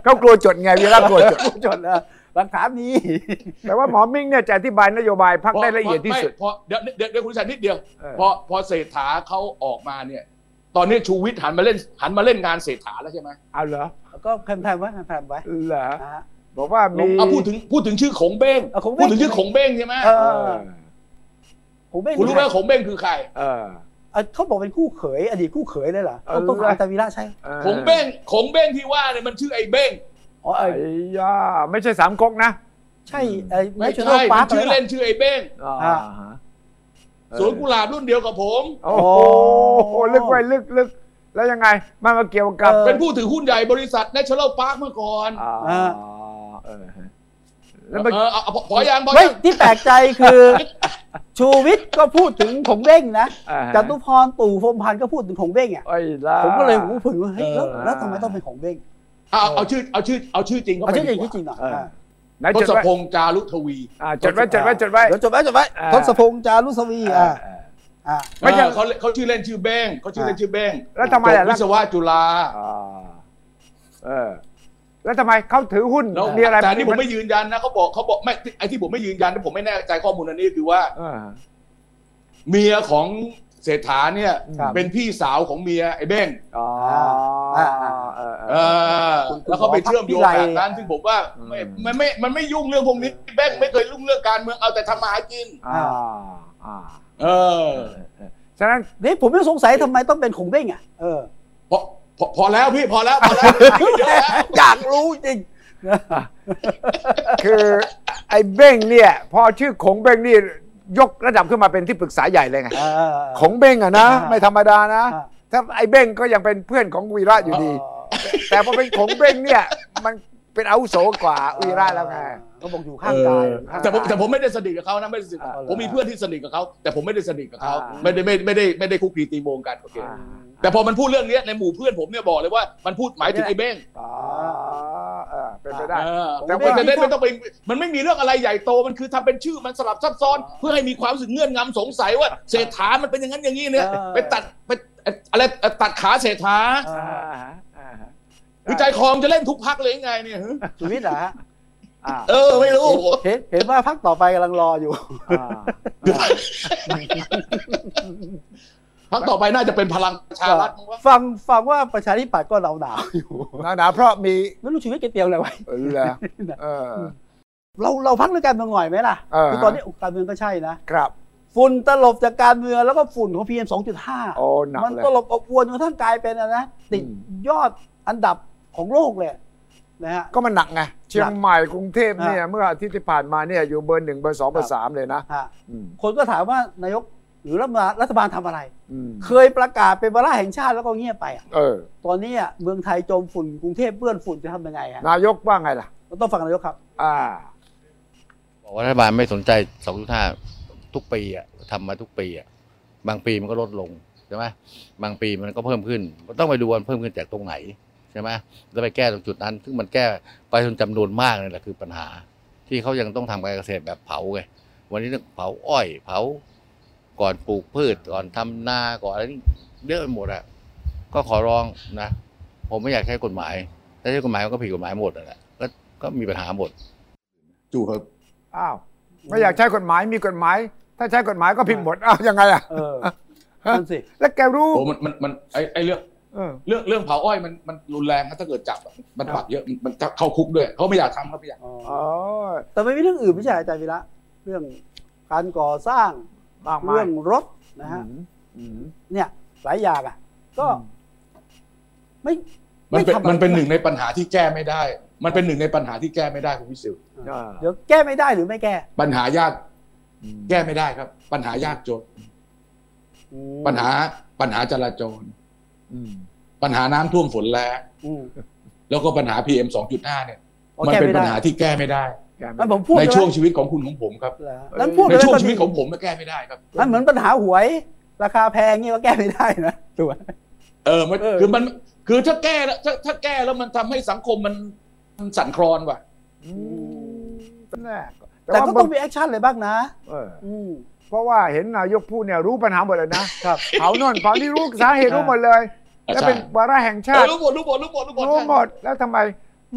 Speaker 3: เขากลัวจดไงวีระกลัวจด
Speaker 2: ผมจดเออหลักฐานนี้
Speaker 3: แต่ว่าหมอมิ่งเนี่ยจะอธิบายนโยบายพักได้ละเอียดที่สุด
Speaker 4: พอเดี๋ยวเดี๋ยวเดี๋ยวคุณสันนิดเดียว
Speaker 3: เออ
Speaker 4: พอพอเศรษฐาเขาออกมาเนี่ย ตอนนี้ชูวิทย์หันมาเล่น หันมาเล่นงานเศรษฐาแล้วใช่ไหม
Speaker 3: เอาเหรอ
Speaker 2: แล้วก็แพมๆไว้แพมๆไว้
Speaker 3: เหรอ
Speaker 2: นะฮะ
Speaker 3: บอกว่ามี
Speaker 4: เอาพูดถึงพูดถึงชื่อของเบ้ง
Speaker 2: เอาของเบ้ง
Speaker 4: พูดถึงชื่อของเบ้งใช่ไหม
Speaker 2: เออ
Speaker 3: เออ
Speaker 2: ผมไม่
Speaker 4: คุณรู้ไหมว่าของเบ้งคือใคร
Speaker 3: เออ
Speaker 2: เอ่อเขาบอกเป็นคู่เขยอดีตคู่เขยเลยเหรอ
Speaker 3: เออ
Speaker 2: ต้องต้องถามอาจารย์วีระใช่
Speaker 3: เออ
Speaker 4: ของเบ้งของเบ้งที่ว่าเนี่ยมันชื่อไอ้เบ้ง
Speaker 2: อ๋อเอ
Speaker 3: ไอ้
Speaker 2: อย
Speaker 3: าไม่ใช่สามก๊กนะ
Speaker 2: ใช่ไอ้
Speaker 4: ไม่
Speaker 2: ช
Speaker 4: ใช่
Speaker 2: ปา
Speaker 4: มั
Speaker 2: ร์
Speaker 4: นชื่อเล่นชื่อไอ้เบ้ง
Speaker 3: อ่าฮะ
Speaker 4: สวนกุหลาบรุ่นเดียวกับผม
Speaker 3: โอ้โหลึกไว้ลึกลึกแล้วยังไงมันมาเกี่ยวกับ
Speaker 4: เป็นผู้ถือหุ้นใหญ่บริษัท National Park เมื่อก่อน
Speaker 3: อ่าเออฮะแล้วมัน
Speaker 4: เออเอาเอาพอพอยังพอ
Speaker 2: ไม่
Speaker 4: ยัง
Speaker 2: ที่แปลกใจคือ ชูวิทย์ก็พูดถึงของเบ้งนะ
Speaker 3: อ่าฮะ
Speaker 2: จตุพรตู่พรหมพันธ์ก็พูดถึงของเบ้งอ่ะ
Speaker 3: ไอ้ละ
Speaker 2: ผมก็เลยหูผึ่งว่าเฮ้ยแล้ว
Speaker 3: เออ
Speaker 2: แล้วทำไมต้องเป็นของเบ้ง
Speaker 4: เอาเอาชื่อเอาชื่อเอาชื่อจริงก็
Speaker 2: เอา
Speaker 4: ไป
Speaker 2: ชื่อจ
Speaker 4: ดี
Speaker 2: ริง
Speaker 4: กว่า
Speaker 2: จริงๆหน่อย
Speaker 3: เออ
Speaker 2: อ่า
Speaker 3: ไหนจด
Speaker 4: ทศ
Speaker 3: ไว้
Speaker 4: พงษ์จารุทวี
Speaker 3: อ่าจดไว้จดไว้จดไว้
Speaker 2: เดี๋ยวจดไว้จดไว้
Speaker 3: อ่า
Speaker 2: ทศพงษ์จารุสวีอ่าอ่า
Speaker 3: ไม่ใช่
Speaker 4: เออเขาเขาชื่อเล่นชื่อเบ้งเขาชื่อเล่นชื่อเบ้ง
Speaker 3: แล้วทำไม
Speaker 4: จ
Speaker 3: อ่ะ
Speaker 4: บ
Speaker 3: แล้
Speaker 4: วิ
Speaker 3: ว
Speaker 4: ศวะจุฬา
Speaker 3: อ่าเออ แล้วทำไมเขาถือหุ้น
Speaker 4: แล้ว
Speaker 3: มีอะไร
Speaker 4: แต่อันนี่ผมไม่ยืนยันนะเขาบอกเขาบอกไม่ไอ้ที่ผมไม่ยืนยันนะผมไม่แน่ใจข้อมูลอันนี้คือว่า
Speaker 3: เออ
Speaker 4: เมียของเศรษฐาเนี่ย
Speaker 3: ครับ
Speaker 4: เป็นพี่สาวของเมียไอ้เบ้ง
Speaker 3: อ๋อ
Speaker 2: อ่าอ่า
Speaker 3: เออเอ
Speaker 4: เอ
Speaker 3: อ
Speaker 4: อ
Speaker 2: คุณ
Speaker 4: แล้วเขาไปเชื่อมโยง
Speaker 2: คุณหมอ
Speaker 4: แบบนั้น
Speaker 2: พิไล
Speaker 4: ซึ่งผมว่าไม่
Speaker 3: อืม
Speaker 4: มันไม่มันไม่ยุ่งเรื่องพวกนี้เบ้งไม่เคยยุ่งเรื่องการเมืองเอาแต่ทำมาหากิน
Speaker 3: อ่าอ่า
Speaker 4: เอ
Speaker 3: เอ
Speaker 4: อ
Speaker 3: อเออฉะนั้น
Speaker 2: นี่ผมยังสงสัยทำไมต้องเป็นของเบ้งอ่ะเออ
Speaker 4: พอพอพอแล้วพี่พอแล้วพอแล้วเยอะแล้ว
Speaker 2: อยากรู้จริง
Speaker 3: คือไอ้เบ้งเนี่ย พอชื่อขงเบ้งนี่ยกระดับขึ้นมาเป็นที่ปรึกษาใหญ่เลยไงขงเบ้งอะนะ
Speaker 2: อ่า
Speaker 3: ไม่ธรรมดานะ
Speaker 2: อ่า
Speaker 3: ถ้าไอ้เบ้งก็ยังเป็นเพื่อนของวีระอยู่ดี แต่พอเป็นขงเบ้งเนี่ย มันเป็นอาวุโสกว่าวีระแล้วไง
Speaker 2: ก็บอกอยู่ข้างกาย
Speaker 3: เออ
Speaker 4: แต่ผมแต่ผมไม่ได้สนิทกับเขานะไม่ได้สนิท
Speaker 2: อ่าเอาเหรอ
Speaker 4: ผมมีเพื่อนที่สนิทกับเขาแต่ผมไม่ได้สนิทกับเขา
Speaker 3: อ่า
Speaker 4: ไม่ได้ไม่ไม่ได้ไม่ได้คุกคีตีโมงกันโอเค
Speaker 3: อ่า
Speaker 4: แต่พอมันพูดเรื่องเนี้ยในหมู่เพื่อนผมเนี่ยบอกเลยว่ามันพูดหมายถึงไอ้เบ้ง
Speaker 3: อ๋อเออเป็นไปได้
Speaker 4: เออ
Speaker 3: แต่
Speaker 4: มัน
Speaker 3: ว่า
Speaker 4: จะได้ไม่ต้องไปมันไม่มีเรื่องอะไรใหญ่โตมันคือทำเป็นชื่อมันสลับซับซ้อน เพื่อให้มีความรู้สึกเงื่อนงำสงสัยว่าเศรษฐามันเป็นอย่างนั้นอย่างนี้เนี่ย
Speaker 2: เออ
Speaker 4: ไปตัดไปอะไรตัดขาเศรษฐา
Speaker 3: อ่าฮะอ่าฮะ
Speaker 4: คือใจคอมนจะเล่นทุกพักเลยยังไงเนี่ยฮะ
Speaker 2: ชีวิตเหรอฮะ
Speaker 3: อ่า
Speaker 4: เออไม่รู้
Speaker 2: เห็นเห็นว่าพักต่อไปกำลังรออยู่
Speaker 3: อ่า
Speaker 4: พักต่อไปน่าจะเป็นพลังประชารัฐมั้งวะ
Speaker 2: ฟังฟังว่าประชาธิปัตย์ก็หนาวหน าวๆอยู่
Speaker 3: หนาวหนาวเพราะมี
Speaker 2: ไม่รู้ชีวิตแกเตรียมอะไรไว้
Speaker 3: เออเหรอเออ
Speaker 2: เราเราพักเรื่องการเมืองหน่อยไหมล่ะ
Speaker 3: เออ
Speaker 2: คือตอนนี้การเมืองก็ใช่นะครับ ฝุ่นตลบจากการเมืองแล้วก็ฝุ่นของ PM 2.5
Speaker 3: โอ้หนัก
Speaker 2: มัน
Speaker 3: เลย
Speaker 2: ตลบอบอวนจนกระทั่งกลายเป็นอะไรนะติด
Speaker 3: อืม
Speaker 2: ยอดอันดับของโลกเลยนะฮะ
Speaker 3: ก็มันหนักไงเชียงใหม่กรุงเทพ
Speaker 2: อ่า
Speaker 3: เนี่ยเมื่ออาทิตย์ที่ผ่านมาเนี่ยอยู่เบอร์หนึ่งเบอร์สองเบอร์สามเลยนะ
Speaker 2: ฮะ
Speaker 3: อืม
Speaker 2: คนก็ถามว่านายกหรือรัฐบาลรัฐบาลทำอะไร
Speaker 3: อืม
Speaker 2: เคยประกาศเป็นวาระแห่งชาติแล้วก็เงียบไปอะ
Speaker 3: เออ
Speaker 2: ตอนนี้อะเมืองไทยจมฝุ่นกรุงเทพเปื้อนฝุ่นจะทำยังไงฮะ
Speaker 3: นายกว่าไงล่ะ
Speaker 2: เราต้องฟังนายกครับ
Speaker 3: อ่า
Speaker 7: บอกว่ารัฐบาลไม่สนใจ 2.5 ทุกปีอะทำมาทุกปีอะบางปีมันก็ลดลงใช่ไหมบางปีมันก็เพิ่มขึ้นก็ต้องไปดูว่ามันเพิ่มขึ้นจากตรงไหนใช่ไหมแล้วไปแก้ตรงจุดนั้น ซึ่งมันแก้ไปจนจำนวนมากเลยแหละคือปัญหา ที่เขายังต้องทำการเกษตรแบบเผาไงวันนี้ต้องเผาอ้อย เผาก่อนปลูกพืชก่อนทำนาก่อนอะไรนี่เยอะไปหมดอะก็ขอร้องนะ ผมไม่อยากใช้กฎหมายถ้าใช้กฎหมายมันก็ผิดกฎหมายหมดนั่นแหละก็ก็มีปัญหาหมด
Speaker 4: จู่ครับ
Speaker 3: อ้าวไม่อยากใช้กฎหมายมีกฎหมาย ถ้าใช้กฎหมายก็ผิดหมดอ้าวยังไงอ่ะ
Speaker 2: เออ
Speaker 3: ฮะ
Speaker 2: นั่นสิ
Speaker 3: แล้วแกรู้
Speaker 4: โอ้มันมันมันไอไอเรื่อง
Speaker 3: เออ
Speaker 4: เรื่องเรื่องเผาอ้อยมันมันรุนแรงนะถ้าเกิดจับอะมันปรับเยอะมันมันเข้าคุกด้วยเขาไม่อยากทำเขาไม่อยาก
Speaker 3: อ๋อ
Speaker 2: แต่ไม่มีเรื่องอื่นไม่ใช่เหรออาจารย์วีระเรื่องการก่อสร้าง
Speaker 3: มากมา
Speaker 2: เรื่
Speaker 3: ย
Speaker 2: องรถ นะฮะ
Speaker 3: อืม
Speaker 2: เนี่ยหลายอย่างอ่ะ ก็
Speaker 3: อืม
Speaker 2: ไม่
Speaker 4: มันเป็น
Speaker 2: ไทำอะไร
Speaker 4: มันเป็นหนึ่งในปัญหาที่แก้ไม่ได้ มันเป็นหนึ่งในปัญหาที่แก้ไม่ได้คุณวิสุทธิ์
Speaker 3: อ่า
Speaker 2: เดี๋ยวแก้ไม่ได้หรือไม่แก้
Speaker 4: ปัญหายาก
Speaker 3: อืม
Speaker 4: แก้ไม่ได้ครับ ปัญหายากจน
Speaker 2: อืม
Speaker 4: ปัญหาปัญหาจราจร
Speaker 3: อืม
Speaker 4: ปัญหาน้ำท่วมฝนแล้ง
Speaker 2: อืม
Speaker 4: แล้วก็ปัญหา PM 2.5 เนี่ย
Speaker 2: โอ้
Speaker 4: มัน
Speaker 2: แก้
Speaker 4: เป็น
Speaker 2: ไม่ได้
Speaker 4: ปัญหาที่แก้ไม่ได้
Speaker 2: มันผมพูด
Speaker 4: ในช่วง
Speaker 2: ใ
Speaker 4: ชีวิตของคุณของผมครับ
Speaker 2: ช่ไหมเหรอนั้นพูด
Speaker 4: ในช่วง
Speaker 2: ไป
Speaker 4: ชีวิต
Speaker 2: แล้
Speaker 4: ของผมก็แก้ไม่ได้ครับ
Speaker 2: มันเหมือนปัญหาหวย ราคาแพงเงี้ยก็แก้ไม่ได้นะถูกไหม
Speaker 4: เออมัน
Speaker 2: เออ
Speaker 4: คือมันคือถ้าแก้แล้วถ้าถ้าแก้แล้วมันทำให้สังคมมันมันสั่นคลอนว่ะ
Speaker 3: อืมแน่
Speaker 2: แต่ก็ต้อง
Speaker 3: ว่า
Speaker 2: มีแอคชั่นอะไรบ้างนะ
Speaker 3: เออ
Speaker 2: อืม
Speaker 3: เพราะว่าเห็นนายกพูดเนี่ยรู้ปัญหาหมดเลยนะครับ เผาโนนเผานี่รู้สาเหตุรู้หมดเลย และ
Speaker 4: ใช่
Speaker 3: เป็นวาระแห่งชา
Speaker 4: เออ
Speaker 3: ติ
Speaker 4: รู้หมดรู้หมดรู้หมดรู้หมด
Speaker 3: รู้หมดแล้วทำไม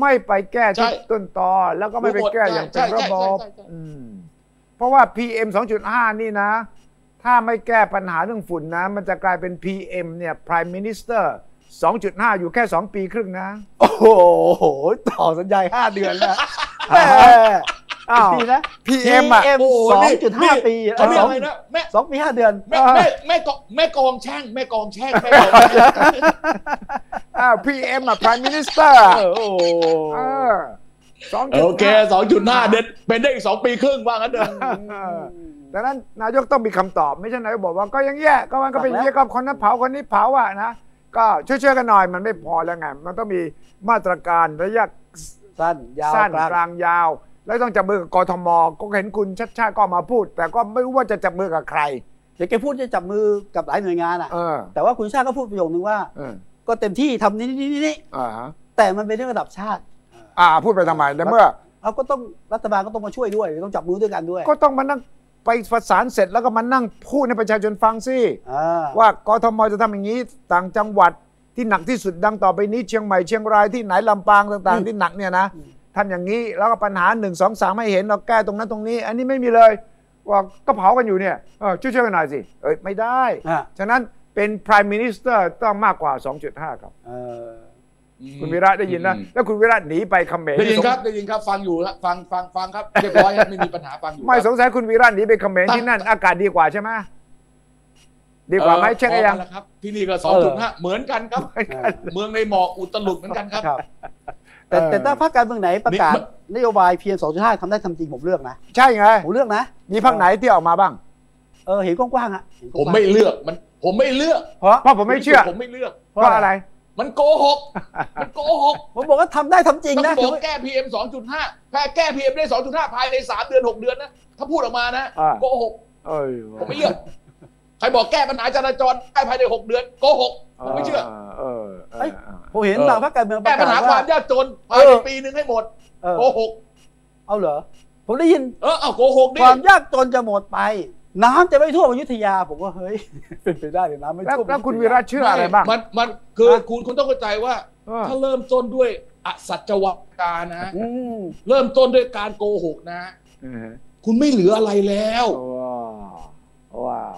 Speaker 3: ไม่ไปแก้ที่
Speaker 4: ใช่
Speaker 3: ต้นตอแล้วก็ไม่ไปแก้อย่างเป็นระบ
Speaker 4: ใช่
Speaker 3: บ
Speaker 4: ใช่ใช่
Speaker 3: อืมเพราะว่า PM 2.5 นี่นะ ถ้าไม่แก้ปัญหาเรื่องฝุ่นนะ มันจะกลายเป็น PM เนี่ย Prime Minister 2.5 อยู่แค่ 2 ปีครึ่งนะ
Speaker 2: โอ้โหต่อสัญญาห้าเดือนแล้วแม่
Speaker 3: อ้าว
Speaker 2: ปีนะ
Speaker 3: PM อ่ะ
Speaker 2: PM
Speaker 4: โ
Speaker 2: สอง
Speaker 4: โนี่
Speaker 2: จุดห้า
Speaker 4: นี่
Speaker 2: ปี
Speaker 4: เขาเรียก
Speaker 2: สอง
Speaker 4: อะไรนะแม่
Speaker 2: สองปีห้าเดือน
Speaker 4: แม่แม่แม่กองแม่กองแช่งแม่กองแช่งแม่กองแช่ง
Speaker 3: อ้าว PM อ่ะ Prime Minister อ่ะ
Speaker 2: โอ้โห
Speaker 3: เออสองจุด
Speaker 4: โอเค
Speaker 3: ห้า
Speaker 4: สองจุดห้าเด็ดเป็นได้อีกสองปีครึ่งว่างั้นเถอะ
Speaker 3: ดังนั้นนายกต้องมีคำตอบไม่ใช่นายกบอกว่าก็ยังแย่ก็มันก็เป็นอย่างนี้ก็คนนั้นเผาคนนี้เผาอ่ะนะก็ช่วยๆกันหน่อยมันไม่พอแล้วไงมันต้องมีมาตรการระยะ
Speaker 2: สั้นยาว
Speaker 3: สั้น
Speaker 2: กลาง
Speaker 3: กลางยาว แล้วต้องจับมือกับกทมก็เห็นคุณชัดชาติก็ออกมาพูด แต่ก็ไม่รู้ว่าจะจับมือกับใคร
Speaker 2: เดี๋ยวแกพูดจะจับมือกับหลายหน่วยงานอ่ะ
Speaker 3: เออ
Speaker 2: แต่ว่าคุณชาติก็พูดประโยคนึงว่า
Speaker 3: เออ
Speaker 2: ก็เต็มที่ทำนี่นี่นี่
Speaker 3: อ่าฮะ
Speaker 2: แต่มันเป็นเรื่องระดับชาติ
Speaker 3: อ่าพูดไปทำไมในเมื่อ
Speaker 2: เอาก็ต้องรัฐบาลก็ต้องมาช่วยด้วยต้องจับมือด้วยกันด้วย
Speaker 3: ก็ต้องมานั่งไปประสานเสร็จแล้วก็มานั่งพูดให้ประชาชนฟังสิ
Speaker 2: อ่า
Speaker 3: ว่ากทมจะทำอย่างนี้ต่างจังหวัดที่หนักที่สุดดังต่อไปนี้เชียงใหม่เชียงรายที่ไหนลำปางต่าง ๆ ที่หนักเนี่ยนะทำอย่างนี้แล้วก็ปัญหาหนึ่งสองสามไม่เห็นเราแก้ตรงนั้นตรงนี้ อันนี้ไม่มีเลย ว่าก็เผากันอยู่เนี่ยเออช่วยๆกันหน่อยสิเอ้ยไม่ได้
Speaker 2: อ่า
Speaker 3: ฉะนั้นเป็น prime minister ต้องมากกว่า 2.5 ครับ
Speaker 2: เออ
Speaker 3: คุณวิระได้ยินนะ
Speaker 4: อืม
Speaker 3: แล้วคุณวิระหนีไปเขมร
Speaker 4: ได้ยินครับได้ยินครับฟังอยู่ฮะฟังฟังฟังครับเรียบร้อยครับไม่มีปัญหาฟังอยู่
Speaker 3: ไม่
Speaker 4: ค
Speaker 3: ส
Speaker 4: รับ
Speaker 3: งสัยคุณวิระหนีไปเขมรที่นั่นอากาศดีกว่าใช่ไหมดีกว่าไหม
Speaker 4: อ่อ
Speaker 3: เช็คหรือยัง
Speaker 4: พอแล้วครับที่นี่ก็
Speaker 2: เอ
Speaker 4: สองจุ
Speaker 2: อ
Speaker 4: ดห้าเหมือนกันครับ เมืองในหมอกอุตลุดเหมือนกันครับ
Speaker 2: ครับ แต่แต่ถ้าพรรคการเมืองไหนประกาศน
Speaker 4: นี่มัน
Speaker 2: โยบายเพียง2.5ทำได้ทำจริงผมเลือกนะ
Speaker 3: ใช่ไง
Speaker 2: ผมเลือกนะ
Speaker 3: มีพรรคไหนที่ออกมาบ้าง
Speaker 2: เออเห็นกว้างๆอ่ะเห็นก
Speaker 4: ผม
Speaker 2: ว้างๆ
Speaker 4: ไม่เลือกมันผมไม่เลือก
Speaker 2: เพราะ
Speaker 3: เพราะผมไม่เชื่อ
Speaker 4: ผมไม่เลือก
Speaker 3: เพราะอะไร
Speaker 4: มันโกหก มันโกหก
Speaker 2: ผมบอกว่าทำได้ทำจริง
Speaker 4: ต้
Speaker 2: นะ
Speaker 4: องบอกแก้ PM 2.5แพ้แก้ PM ได้ 2.5 ภายใน 3 เดือน 6 เดือนนะ ถ้าพูดออกมานะ
Speaker 3: อ่า
Speaker 4: โกหก
Speaker 3: เอ้ย
Speaker 4: ผมไม่เลือก ใครบอกแก้ปัญหาจราจรได้ภายใน 6 เดือนโกหกผมไม่เชื่อ
Speaker 3: เออเออเออ
Speaker 2: เอ้ยผมเห็นบางพรรคการเมืองป
Speaker 4: แก้
Speaker 2: ระ
Speaker 4: ปัญ
Speaker 2: กา
Speaker 4: หา
Speaker 2: ศว่าว
Speaker 4: คามยากจนภายในปีหนึงให้หมด
Speaker 2: เออ
Speaker 4: โกหก
Speaker 2: เอาเหรอ ผมได้ยิน
Speaker 4: เออเอาโกหกดิ
Speaker 2: ความยากจนจะหมดไป น้ำจะไม่ท่วมอยุธยา ผมว่าเฮ้ย เป็นไปได้เดี๋ยวน้ำไม่
Speaker 3: แล้ว
Speaker 2: ท่วม
Speaker 3: แล้วคุณวีระเชื่ออะไรบ้าง
Speaker 4: มันมันคือคุณคุณต้องเข้าใจว่า
Speaker 3: เออ
Speaker 4: ถ้าเริ่มต้นด้วยอสัจวการนะ
Speaker 2: อืม
Speaker 4: เริ่มต้นด้วยการโกหกนะ
Speaker 3: เออ
Speaker 4: คุณไม่เหลืออะไรแล้ว
Speaker 3: ว้าวว้าว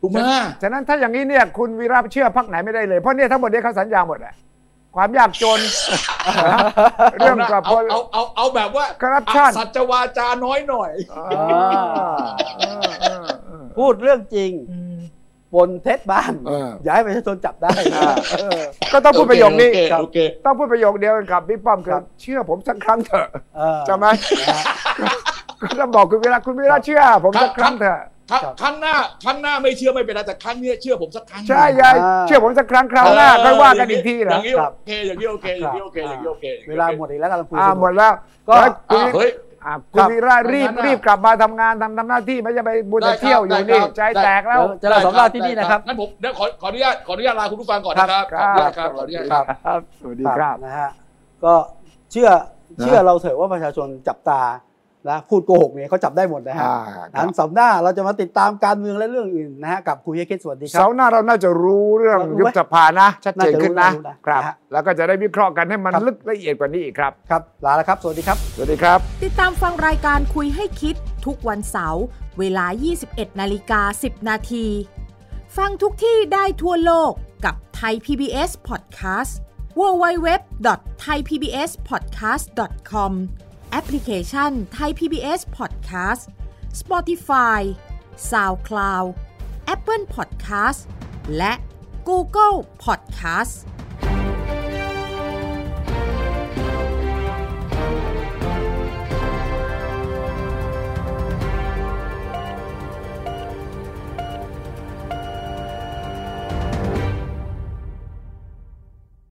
Speaker 4: ถูกไหม
Speaker 3: ฉะนั้นถ้าอย่างนี้เนี่ยคุณวีระเชื่อพรรคไหนไม่ได้เลยเพราะเนี่ยทั้งหมดเนี่ยเขาสัญญาหมดแหละความยากจ น เรื่องกับ
Speaker 4: เอาเอาเอาเอาแบบว่า
Speaker 3: Corruption
Speaker 4: สัจวาจาน้อยหน่อย
Speaker 3: อ่าเออเออเออ
Speaker 2: พูดเรื่องจริงปนเท็จบ้าง
Speaker 3: เออ
Speaker 2: ย้ายประชาชนจับได้
Speaker 3: อ่า
Speaker 2: เออ
Speaker 3: ก็ต้องพูดประโยคนี้
Speaker 4: โอเคโอเค
Speaker 3: ต้องพูดประโยคเดียวกันกับพี่ป้อมคือเชื่อผมสักครั้งเถอะ
Speaker 2: เออ
Speaker 3: ใช่ไหมก็ต้องบอกคุณวีระคุณวีระเชื่อ ผมสักครั้งเถอะ
Speaker 4: ครับ
Speaker 2: ครับ
Speaker 4: ครั้งหน้าครั้งหน้าไม่เชื่อไม่เป็นไรแต่ครั้งเนี้ยเชื่อผมสักครั้ง
Speaker 3: ใช่ยายเชื่อผมสักครั้งคราวหน้าค่อยว่ากันอีกทีเหรอ
Speaker 4: อย่างนี้
Speaker 2: ครั
Speaker 4: โอบ เคอย่างนี้โอเคอย่างนี้โอเคอย่างนี้โอเค
Speaker 2: เวลาหมดอีกแล้วการพูด
Speaker 3: อ่าหมดแล้ว
Speaker 2: ก็
Speaker 3: แล้วคุณ
Speaker 4: อ่ะเฮ้ย
Speaker 3: อ่ะคุณวีระรีบ
Speaker 4: งั้นน่ะ
Speaker 3: รีบกลับมาทำงานทำทำหน้าที่ไม่ใช่ไปบุญ
Speaker 4: ได้ครับ
Speaker 3: เที่ยวอยู่
Speaker 4: ได้
Speaker 3: นี่
Speaker 4: ครับ
Speaker 3: ใจ
Speaker 4: ได้
Speaker 3: แตกแล้ว
Speaker 2: เจะเราสำราญที่นี่นะครับ
Speaker 4: งั้นผมเดี๋ยวขอขออนุญาตขออนุญาตลาคุณผู้ฟังก่อนนะครับ
Speaker 3: ครับ
Speaker 4: ขออนุญาตครับ
Speaker 3: ค
Speaker 4: ขออนุญาตครับ
Speaker 3: รับสวัสดีครับ
Speaker 2: นะฮะก็เชื่อเชื่อเราเถอะว่าประชาชนจับตานะพูดโกหกเนี่ยเขาจับได้หมดนะฮะ
Speaker 3: อ่าครั
Speaker 2: อั
Speaker 3: บ
Speaker 2: นสัปดาห์เราจะมาติดตามการเมืองและเรื่องอื่นนะฮะกับคุยให้คิดสวัสดีครั
Speaker 3: เสา
Speaker 2: บ
Speaker 3: ร์หน้าเราน่าจะรู้เรื่อง
Speaker 2: เรารู้ไหม
Speaker 3: ยุบสภานะชัดเจนขึ้น
Speaker 2: น่า
Speaker 3: นะ
Speaker 2: จะรู้นะครับ นะฮะ
Speaker 3: แล้วก็จะได้วิเคราะห์กันให้มัน
Speaker 2: ครับ
Speaker 3: ลึกละเอียดกว่านี้อีกครับ
Speaker 2: ครับลาแล้วครับ สวัสดีครับ
Speaker 3: สวัสดีครับ
Speaker 1: ติดตามฟังรายการคุยให้คิดทุกวันเสาร์เวลา 21 นาฬิกา 10 นาที ฟังทุกที่ได้ทั่วโลกกับไทย PBS Podcast www.thaipbspodcast.com แอปพลิเคชัน Thai PBS Podcast Spotify SoundCloud Apple Podcast และ Google Podcast